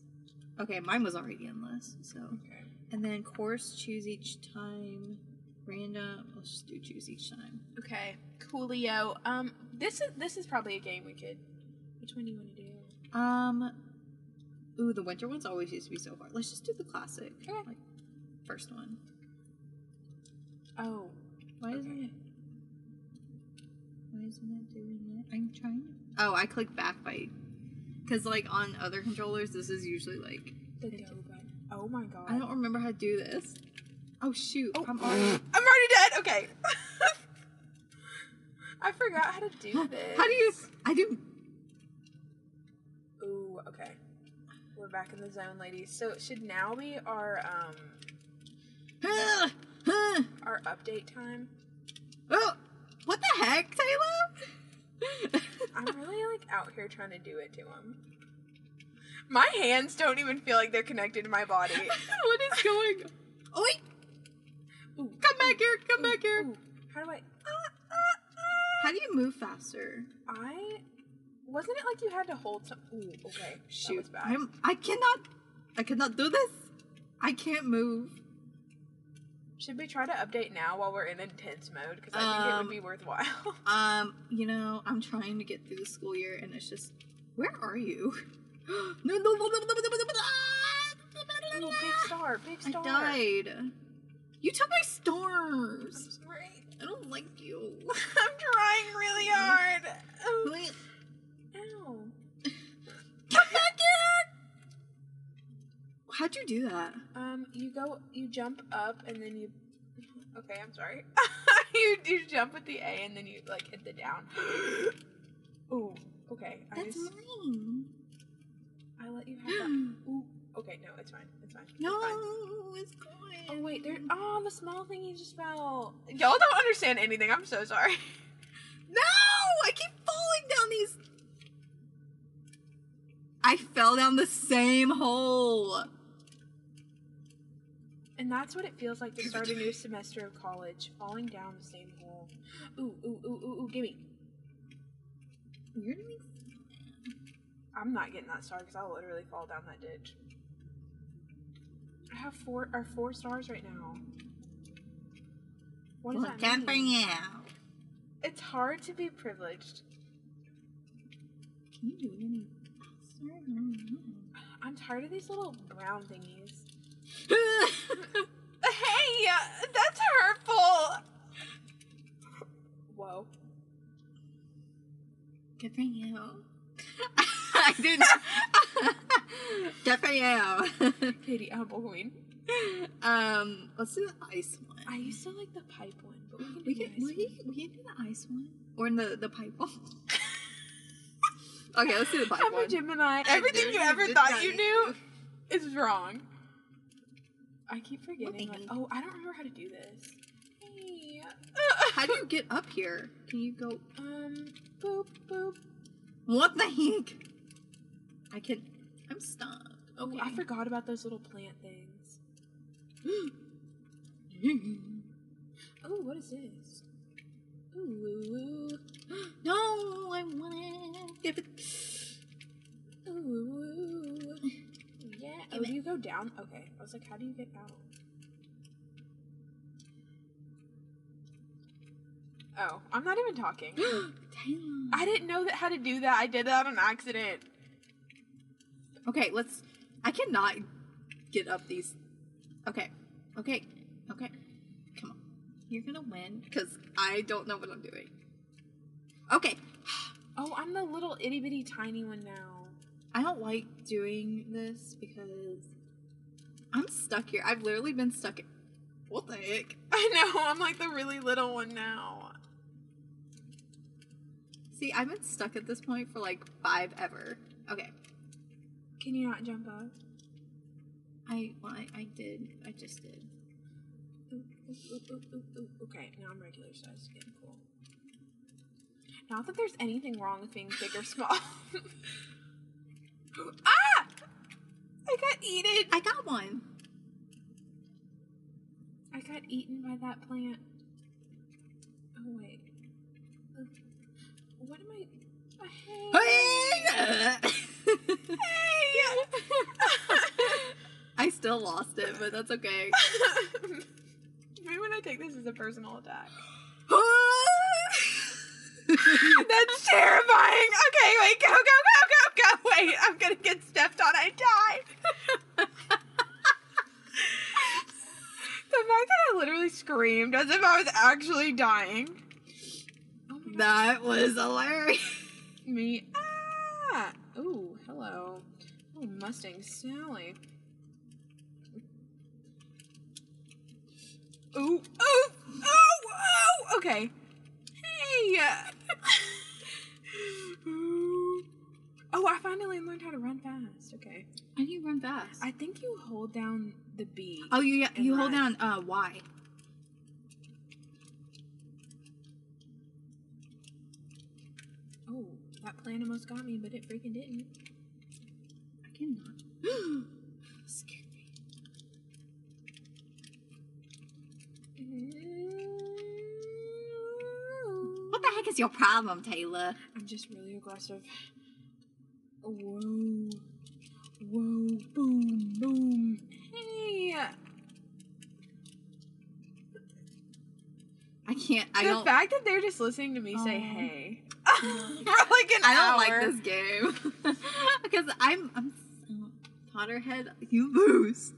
E: Okay, mine was already endless. So,
A: Okay.
E: and then course choose each time. Random. Let's just do choose each time.
A: Okay. Coolio. Um, this is this is probably a game we could. Which one do you want to do?
B: Um. Ooh, the winter ones always used to be so hard. Let's just do the classic.
A: Okay.
B: Like, first one.
A: Oh,
B: Why isn't it? Why isn't it doing it? I'm trying. To... Oh, I clicked back by. Because, like, on other controllers, this is usually like.
A: the dough bun. Oh my god.
B: I don't remember how to do this. Oh, shoot.
A: Oh.
B: I'm already.
A: I'm already dead. Okay. (laughs) I forgot how to do this.
B: How do you. I do.
A: Ooh, okay. We're back in the zone, ladies. So it should now be our um
B: Ah! Ah!
A: our update time.
B: Oh, what the heck, Taylor?
A: I'm really like out here trying to do it to him. My hands don't even feel like they're connected to my body. (laughs)
B: what is going? Oi!
A: Ooh.
B: Come back here! Come back here!
A: Ooh, how do I?
B: How do you move faster?
A: I wasn't it like you had to hold some? Ooh, okay. Shoot, that was
B: Shoot!
A: bad.
B: I'm. I cannot. I cannot do this. I can't move.
A: Should we try to update now while we're in intense mode? Because I think it
B: Um,
A: would be worthwhile. (laughs)
B: Um, you know, I'm trying to get through the school year, and it's just, where are you? no, no, no, no, no, no, no, no, no,
A: Ooh,
B: no, no, no.
A: big star, big
B: I
A: star.
B: died. You took my
A: I'm
B: stars.
A: sorry.
B: I don't like you.
A: (laughs) I'm trying really hard. Oh,
B: Wait,
A: ow.
B: Come back here. How'd you do that?
A: Um, you go, you jump up, and then you. (laughs) Okay, I'm sorry. (laughs) you you jump with the A, and then you like hit the down. (gasps) Ooh, okay. I
B: That's
A: just
B: mine.
A: I let you have (gasps) that. Ooh, okay. No, it's fine. It's fine. it's
B: No,
A: fine.
B: it's going.
A: Oh wait, there. Oh, the small thing you just fell. Y'all don't understand anything. I'm so sorry. (laughs)
B: No! I keep falling down these. I fell down the same hole.
A: And that's what it feels like to start a new semester of college, falling down the same hole. Ooh, ooh, ooh, ooh, ooh, gimme.
B: You're doing
A: I'm not getting that star because I'll literally fall down that ditch. I have four or four stars right now. What does that mean?
B: out.
A: It's hard to be privileged.
B: Can you do it any faster? I don't
A: I'm tired of these little brown thingies. (laughs)
B: (laughs) know.
A: Hey, that's hurtful. Whoa.
B: Good for you. (laughs) I didn't. (laughs) Good for you. (laughs)
A: Katie Apple Queen.
B: um, let's do the ice one.
A: I used to like the pipe one, but we can do the
B: We can,
A: ice
B: we, can- we can do the ice one or in the the pipe one. (laughs) okay, let's do the pipe
A: one. (laughs) I'm
B: one.
A: a Gemini. Everything you ever thought you
B: (laughs)
A: knew is wrong. I keep forgetting.
B: thank
A: Like,
B: you.
A: oh, I don't remember how to do this. (laughs) Hey.
B: How do you get up here? Can you go?
A: Um, boop, boop.
B: What the heck? I can. I'm stuck.
A: Oh, I forgot about those little plant things. Oh, what is this? Ooh,
B: (gasps) no, I want it. (gasps) Give it.
A: ooh, ooh. (laughs) Yeah. Oh, do you go down? Okay. I was like, how do you get out? Oh, I'm not even (gasps) talking.
B: Damn.
A: I didn't know that how to do that. I did that on accident.
B: Okay, let's. I cannot get up these. Okay, okay, okay. Come on. You're gonna win because I don't know what I'm doing. Okay,
A: Oh, I'm the little itty bitty tiny one now. (laughs)
B: I don't like doing this because I'm stuck here. I've literally been stuck. What the heck?
A: I know. I'm like the really little one now.
B: See, I've been stuck at this point for like five ever. Okay,
A: Can you not jump up?
B: I well, I, I did. I just did.
A: Oop, oop, oop, oop, oop, oop. Okay, now I'm regular size again. Cool. Not that there's anything wrong with being big or small. (laughs) ah! I got eaten.
B: I got one.
A: I got eaten by that plant. Oh wait. Oh, What am I? Oh, hey.
B: (laughs)
A: (laughs)
B: I still lost it, but that's okay.
A: (laughs) Maybe when I take this as a personal attack. (laughs) That's terrifying. Okay, wait, go, go, go, go, (laughs) go. Wait, I'm gonna get stepped on. I die. (laughs) the fact that I literally screamed as if I was actually dying.
B: (laughs) That was hilarious.
A: Me. Ah. Ooh, hello. Oh, Mustang Sally. Ooh, ooh, ooh, ooh. Okay. Hey. (laughs) Ooh. Oh, I finally learned how to run fast. Okay.
B: And you run fast.
A: I think you hold down the B.
B: oh, you
A: and
B: you hold
A: run.
B: down uh, Y.
A: Oh, that plan almost got me, but it freaking didn't.
B: I cannot. (gasps) Scared me.
A: Mm-hmm.
B: What the heck is your problem, Taylor?
A: I'm just really aggressive. Whoa. Whoa. Boom. Boom. Hey.
B: I can't. I
A: the
B: don't.
A: fact that they're just listening to me say
B: Oh.
A: hey for (laughs) like an
B: I don't
A: hour.
B: like this game (laughs) because I'm I'm so- Potterhead. You lose.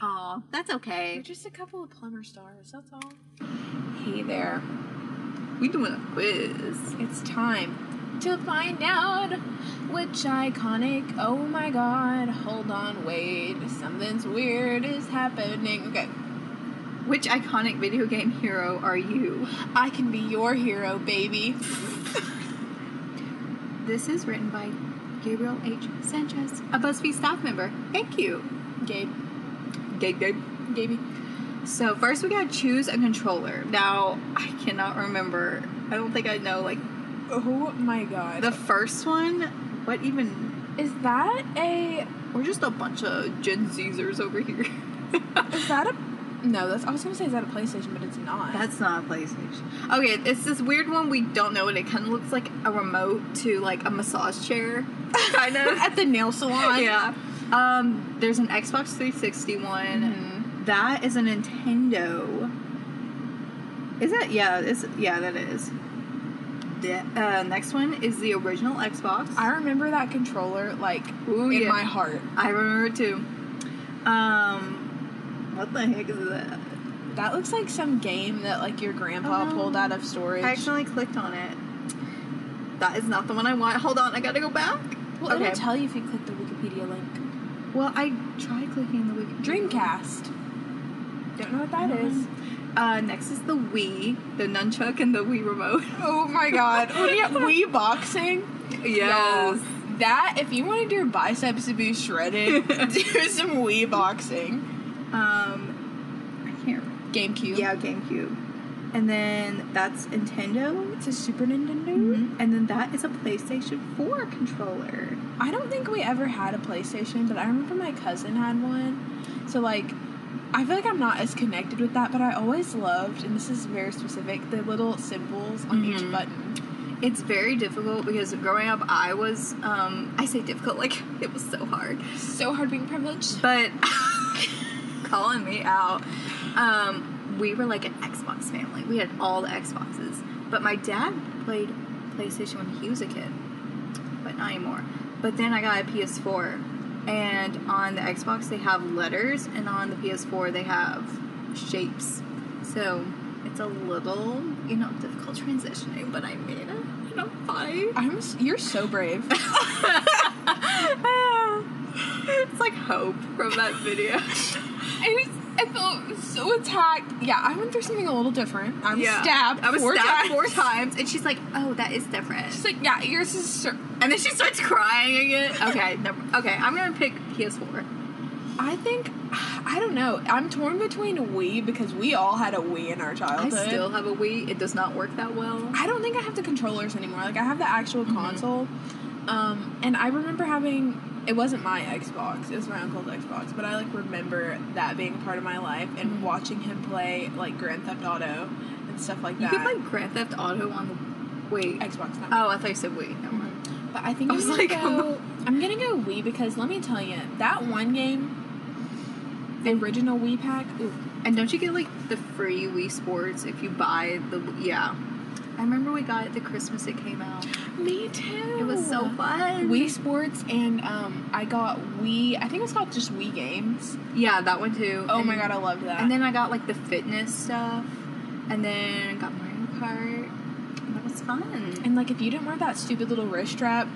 B: Oh, that's
A: We're
B: okay.
A: just a couple of plumber stars, that's all.
B: Hey there. We doing a quiz.
A: It's time to find out which iconic. Oh my god, hold on, wait. Something's weird is happening. Okay,
B: Which iconic video game hero are you?
A: I can be your hero, baby. (laughs)
B: This is written by Gabriel H. Sanchez, a BuzzFeed staff member. Thank you.
A: Gabe,
B: Gabe, Gabe.
A: Gaby.
B: So first we gotta choose a controller. Now I cannot remember. I don't think I know like
A: Oh my god.
B: the first one. What even?
A: is that a.
B: We're just a bunch of Gen Zers over here. (laughs)
A: Is that a. No, that's. I was gonna say, is that a PlayStation, but it's not.
B: That's not a PlayStation. Okay, it's this weird one we don't know what it kind of looks like a remote to like a massage chair,
A: (laughs)
B: kind (laughs) of.
A: At the nail salon.
B: yeah. Um, there's an Xbox 360 one.
A: Mhm.
B: That is a Nintendo. Is it? Yeah, it's, yeah, that is. The uh, next one is the original Xbox.
A: I remember that controller, like,
B: Ooh,
A: in
B: yeah.
A: my heart.
B: I remember too. Um, what the heck is that?
A: That looks like some game that, like, your grandpa
B: Oh.
A: pulled out of storage.
B: I accidentally clicked on it. That is not the one I want. Hold on, I gotta go back.
A: Well,
B: Okay.
A: it'll tell you if you click the Wikipedia link.
B: Well, I tried clicking the Wiki.
A: Dreamcast. Don't know what that is.
B: Uh, next is the Wii, the nunchuck, and the Wii (laughs) remote.
A: Oh my (laughs) god. When you Wii boxing,
B: yes.
A: that, if you wanted your biceps to be shredded, (laughs) do some Wii boxing.
B: Um, I can't. Remember.
A: GameCube.
B: Yeah, GameCube. And then that's Nintendo.
A: It's a Super Nintendo.
B: Mhm. And then that is a PlayStation 4 controller.
A: I don't think we ever had a PlayStation, but I remember my cousin had one. So like I feel like I'm not as connected with that, but I always loved, and this is very specific, the little symbols on each
B: Mhm.
A: button.
B: It's very difficult because growing up, I was, um, I say difficult, like (laughs) it was so hard.
A: So hard being privileged.
B: But (laughs) calling me out, um, we were like an Xbox family. We had all the Xboxes. But my dad played PlayStation when he was a kid, but not anymore. But then I got a PS4, and on the Xbox they have letters, and on the PS4 they have shapes. So it's a little, you know, difficult transitioning, but I made it, and I'm fine.
A: I'm s- you're so brave.
B: (laughs) it's like hope from that video.
A: (laughs) I was I felt so attacked. Yeah, I went through something a little different. I was
B: Yeah.
A: stabbed.
B: I was
A: four
B: stabbed
A: times.
B: four times, and she's like, "Oh, that is
A: (laughs)
B: different."
A: She's like, yeah, yours is so-
B: and then she starts crying again.
A: (laughs)
B: Okay, never, okay, I'm gonna pick PS4.
A: I think (sighs) I don't know. I'm torn between Wii because we all had a Wii in our
B: I
A: childhood.
B: still have a Wii. It does not work that well.
A: I don't think I have the controllers anymore. Like I have the actual
B: Mhm.
A: console, um, and I remember having. It wasn't my Xbox. It was my uncle's Xbox. But I like remember that being a part of my life and
B: Mhm.
A: watching him play like Grand Theft Auto and stuff like
B: You
A: that.
B: could play Grand Theft Auto on the Wait.
A: Xbox. Now.
B: Oh, I thought you said Wii. Never mind.
A: but Oh, I think
B: I
A: I'm
B: was
A: gonna (laughs)
B: like,
A: go. I'm gonna go Wii because let me tell you that one game. the original Wii pack. Ooh,
B: And don't you get like the free Wii Sports if you buy the yeah? I remember we got it the Christmas it came out.
A: me too.
B: It was so fun.
A: Wii Sports and um, I got Wii. I think it was called just Wii Games.
B: yeah, that one too.
A: Oh my
B: And-
A: god, I loved that.
B: And then I got like the fitness stuff, and then I got Mario Kart. and That was fun.
A: And like, if you didn't wear that stupid little wrist strap,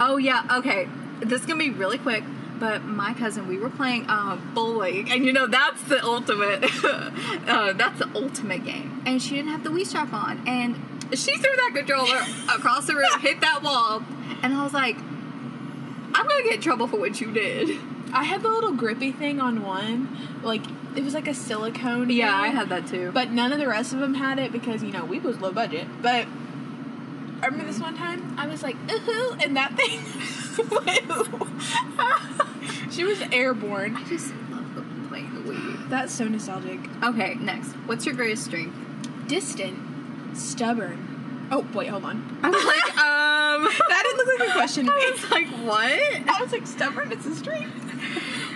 B: Oh yeah, okay. This is gonna be really quick, but my cousin, we were playing uh, bowling, and you know that's the ultimate. (laughs) uh, that's the ultimate game. And she didn't have the Wii strap on, and she threw that controller across the
A: (laughs)
B: room, hit that wall, and I was like, I'm gonna get in trouble for what you did.
A: I had the little grippy thing on one. Like, it was like a silicone.
B: Yeah, I
A: thing,
B: had that too.
A: But none of the rest of them had it because you know we was low budget. But I remember this one time I was like, ooh, and that thing. (laughs) flew. (laughs) she was airborne.
B: I just love the- playing the Wii.
A: That's so nostalgic.
B: Okay, next. What's your greatest strength?
A: Distant, stubborn. Oh wait, hold on.
B: I was (laughs) like, um.
A: That didn't look like a question to
B: I
A: me.
B: was like, what?
A: (laughs) I was like, stubborn is a strength. (laughs)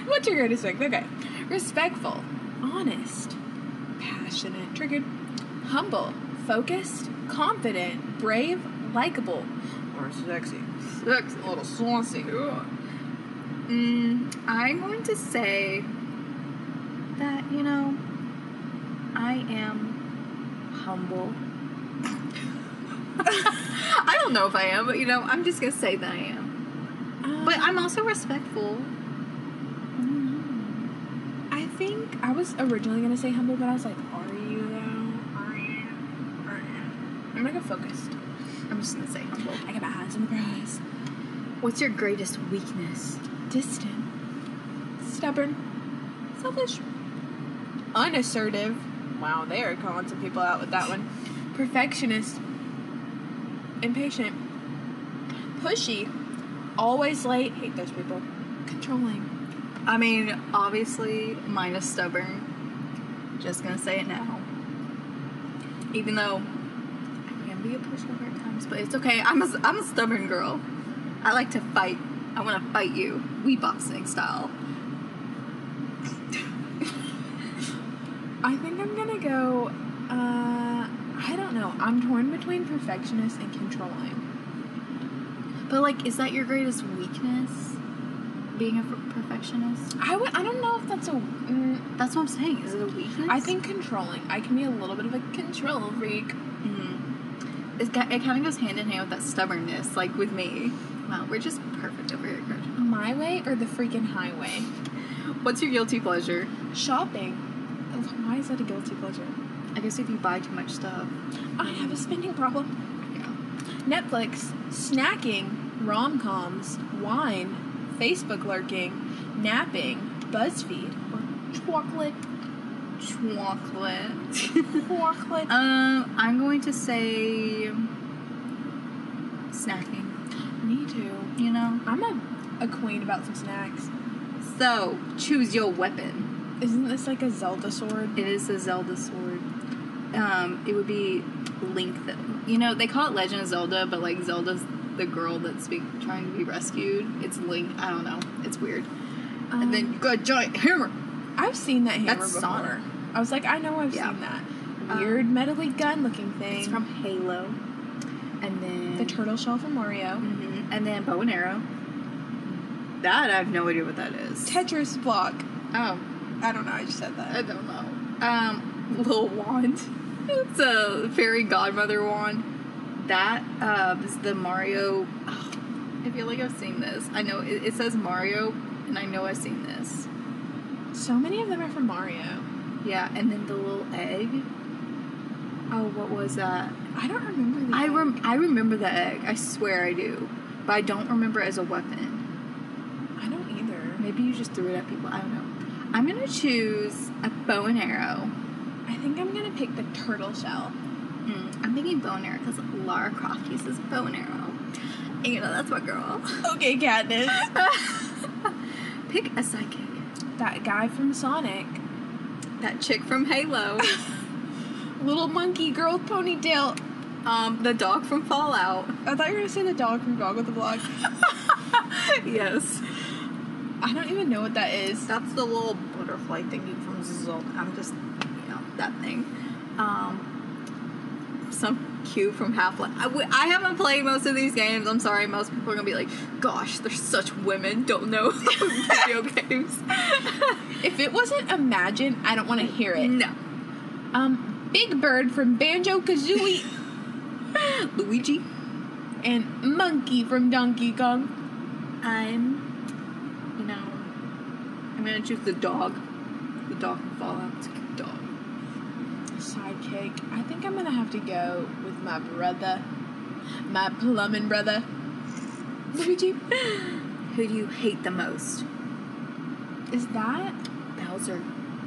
A: What's your greatest strength? Okay. Respectful, honest, passionate, triggered, humble, focused, confident, brave, likable, or sexy. Sexy, little saucy.
B: Mm, I'm going to say that, you know, I am humble. (laughs) I don't know if I am, but, you know, I'm just going to say that I am. But I'm also respectful.
A: I think I was originally gonna say humble, but I was like, are you though? Are you? Are you? I'm gonna go focused.
B: I'm just going to say humble.
A: I got my eyes on the prize.
B: What's your greatest weakness?
A: distant, stubborn, selfish, unassertive. Wow, they are calling some people out with that one. Perfectionist, impatient, pushy, always late. Hate those people. Controlling.
B: I mean, obviously, mine is stubborn. Just gonna say it now. Even though I can be a pushover at times, but it's okay. I'm a, I'm a stubborn girl. I like to fight. I want to fight you, we boxing style. (laughs)
A: I think I'm gonna go. Uh, I don't know. I'm torn between perfectionist and controlling.
B: But like, is that your greatest weakness? Being a per- perfectionist.
A: I w- I don't know if that's a. Mm,
B: That's what I'm saying. Is it a weakness?
A: I think controlling. I can be a little bit of a control freak.
B: Mm. It's got, it kind of goes hand in hand with that stubbornness, like with me. Wow, we're just perfect over here, Gretchen.
A: My way or the freaking highway.
B: What's your guilty pleasure?
A: Shopping. Why is that a guilty pleasure?
B: I guess if you buy too much stuff.
A: I have a spending problem.
B: Yeah.
A: Netflix, snacking, rom coms, wine, Facebook lurking, napping, BuzzFeed, or chocolate.
B: Chocolate.
A: Chocolate.
B: (laughs) um, I'm going to say snacking,
A: Me too.
B: you know?
A: I'm a, a queen about some snacks.
B: So, choose your weapon.
A: Isn't this like a Zelda sword?
B: It is a Zelda sword. Um, it would be Link, though. You know, they call it Legend of Zelda, but like Zelda's the girl that's be- trying to be rescued. It's Link. I don't know. It's weird. and then you got a giant hammer.
A: I've seen that hammer
B: Um, That's
A: before.
B: Sonic.
A: I was like, I know I've
B: Yeah.
A: seen that.
B: Um,
A: Weird metal-y gun looking thing.
B: It's from Halo. And then
A: the turtle shell from Mario.
B: Mhm. And then bow and arrow. That I have no idea what that is.
A: Tetris block.
B: Oh,
A: I don't know, I just said that.
B: I don't know. Um, little wand. (laughs) It's a fairy godmother wand. That uh, is the Mario. Oh, I feel like I've seen this. I know it, it says Mario, and I know I've seen this.
A: Uh, So many of them are from Mario.
B: Yeah, and then the little egg. Oh, what was that?
A: I don't remember the
B: I
A: egg.
B: rem- I remember the egg. I swear I do, but I don't remember it as a weapon.
A: I don't either.
B: Maybe you just threw it at people. I don't know. I'm gonna choose a bow and arrow.
A: I think I'm gonna pick the turtle shell.
B: Mm, I'm thinking bow and arrow because Lara Croft uses bow and arrow. And you know that's my girl. (laughs)
A: Okay, Katniss.
B: Pick a
A: (laughs)
B: sidekick.
A: that guy from Sonic.
B: That chick from Halo.
A: Little monkey girl with ponytail.
B: um, the dog from Fallout. (laughs)
A: I thought you were gonna say the dog from Dog with the Block.
B: yes.
A: (laughs) I don't even know what that is.
B: That's the little butterfly thingy from Zolt. I'm just, you know, that thing. Um, some cue from Half Life. I, w- I haven't played most of these games. I'm sorry. Most people are gonna be like, "Gosh, they're such women. Don't know (laughs) video games."
A: If it wasn't Imagine, I don't want to hear it.
B: no,
A: Um, Big Bird from Banjo Kazooie (laughs)
B: Luigi.
A: and Monkey from Donkey Kong.
B: I'm, you know, I'm gonna choose the dog. The dog from Fallout. It's a good dog.
A: Sidekick. I think I'm gonna have to go with my brother, my plumbing brother, Luigi.
B: Who do you hate the most?
A: Is that?
B: Bowser.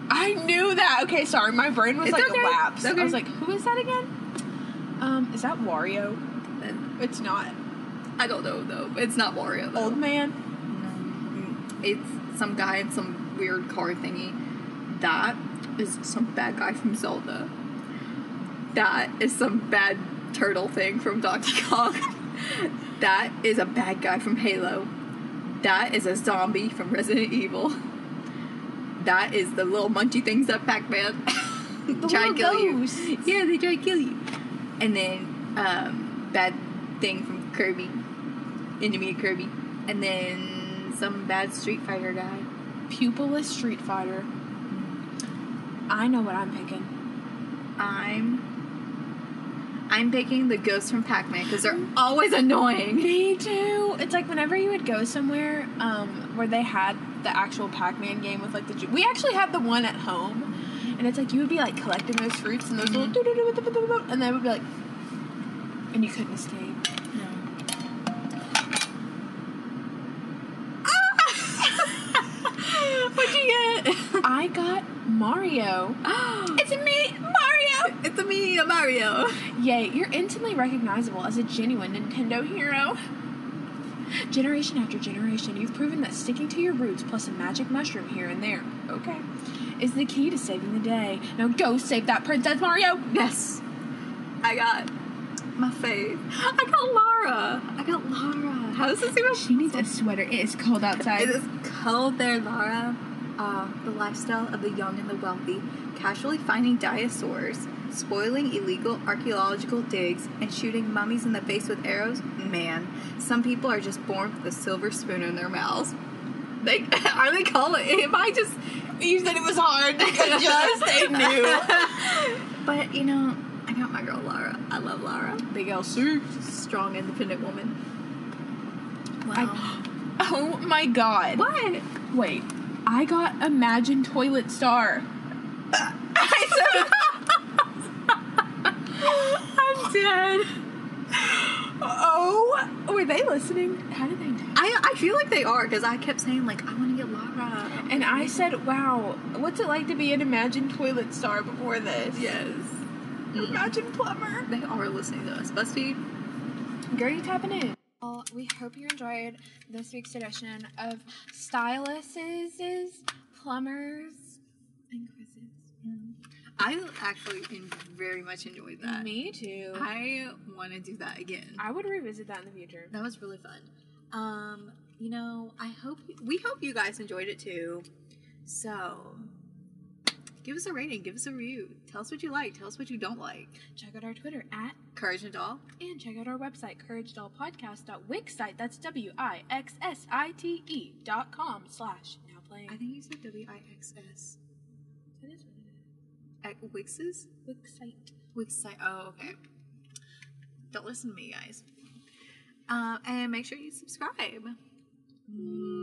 A: I knew that. Okay, sorry, my brain was
B: It's
A: like
B: okay.
A: lapsed.
B: It's okay.
A: I was like, who is that again? Um, is that Wario? It's not.
B: I don't know though. It's not Wario. Though.
A: Old man.
B: It's some guy in some weird car thingy. That is some bad guy from Zelda. That is some bad turtle thing from Donkey (laughs) Kong. that is a bad guy from Halo. That is a zombie from Resident Evil. That is the little munchy things that Pac-Man (laughs) try to
A: little
B: kill
A: ghosts.
B: you. Yeah, they try to kill you. And then um, bad thing from Kirby, enemy to Kirby. And then some bad Street Fighter guy.
A: Pupilless Street Fighter. I know what I'm picking.
B: I'm I'm picking the ghosts from Pac-Man because they're always annoying.
A: Me too. It's like whenever you would go somewhere um, where they had the actual Pac-Man game with like the ju- we actually had the one at home, and it's like you would be like collecting those fruits and those little
B: Mm-hmm.
A: doo doo doo doo doo doo, and they would be like, and you couldn't escape.
B: (laughs) What'd you get?
A: I got Mario.
B: (gasps) it's me, Mario. It's me, Mario.
A: Yay! You're instantly recognizable as a genuine Nintendo hero. Generation after generation, you've proven that sticking to your roots plus a magic mushroom here and there, okay, is the key to saving the day. Now go save that princess, Mario. (laughs)
B: Yes, I got my faith. I got Lara. I got Lara. How does this even?
A: She needs a sweater. It is cold outside.
B: It is cold there, Lara. Uh, the lifestyle of the young and the wealthy, casually finding dinosaurs, spoiling illegal archaeological digs, and shooting mummies in the face with arrows. Man, some people are just born with a silver spoon in their mouths. They (laughs) are they calling? Am I just?
A: You said it was hard. Just they knew.
B: But you know, I got my girl Lara. I love Lara.
A: (laughs) Big LC.
B: Strong, independent woman. Wow.
A: Oh my god.
B: what?
A: Wait. I got Imagine
F: (laughs)
A: Toilet Star.
B: I'm dead.
A: Oh, were they listening? How did they know?
B: I, I feel like they are because I kept saying like I want to get Lara.
A: And I said, wow, what's it like to be an Imagine Toilet Star before this? Mm-hmm.
B: Yes,
A: Imagine Plumber.
B: they are listening to us. BuzzFeed.
A: Girl, you tapping in.
F: Well, we hope you enjoyed this week's edition of Styluses, Plumbers, and Quizzes.
B: I actually en- very much enjoyed that.
F: Me too.
B: I want to do that again.
A: I would revisit that in the future.
B: That was really fun. Um, you know, I hope we hope you guys enjoyed it too. So, give us a rating, give us a review, tell us what you like, tell us what you don't like.
F: Check out our Twitter at
B: Courage and all.
F: and check out our website, couragedollpodcast.wixsite, that's W-I-X-S-I-T-E E dot com slash now playing.
B: I think you said W I X S.
F: that is what
B: At Wix's?
F: it is. Wixsite.
B: Wix site. Oh, okay. Uh, Don't listen to me, guys. Um, and make sure you subscribe. Mm-hmm.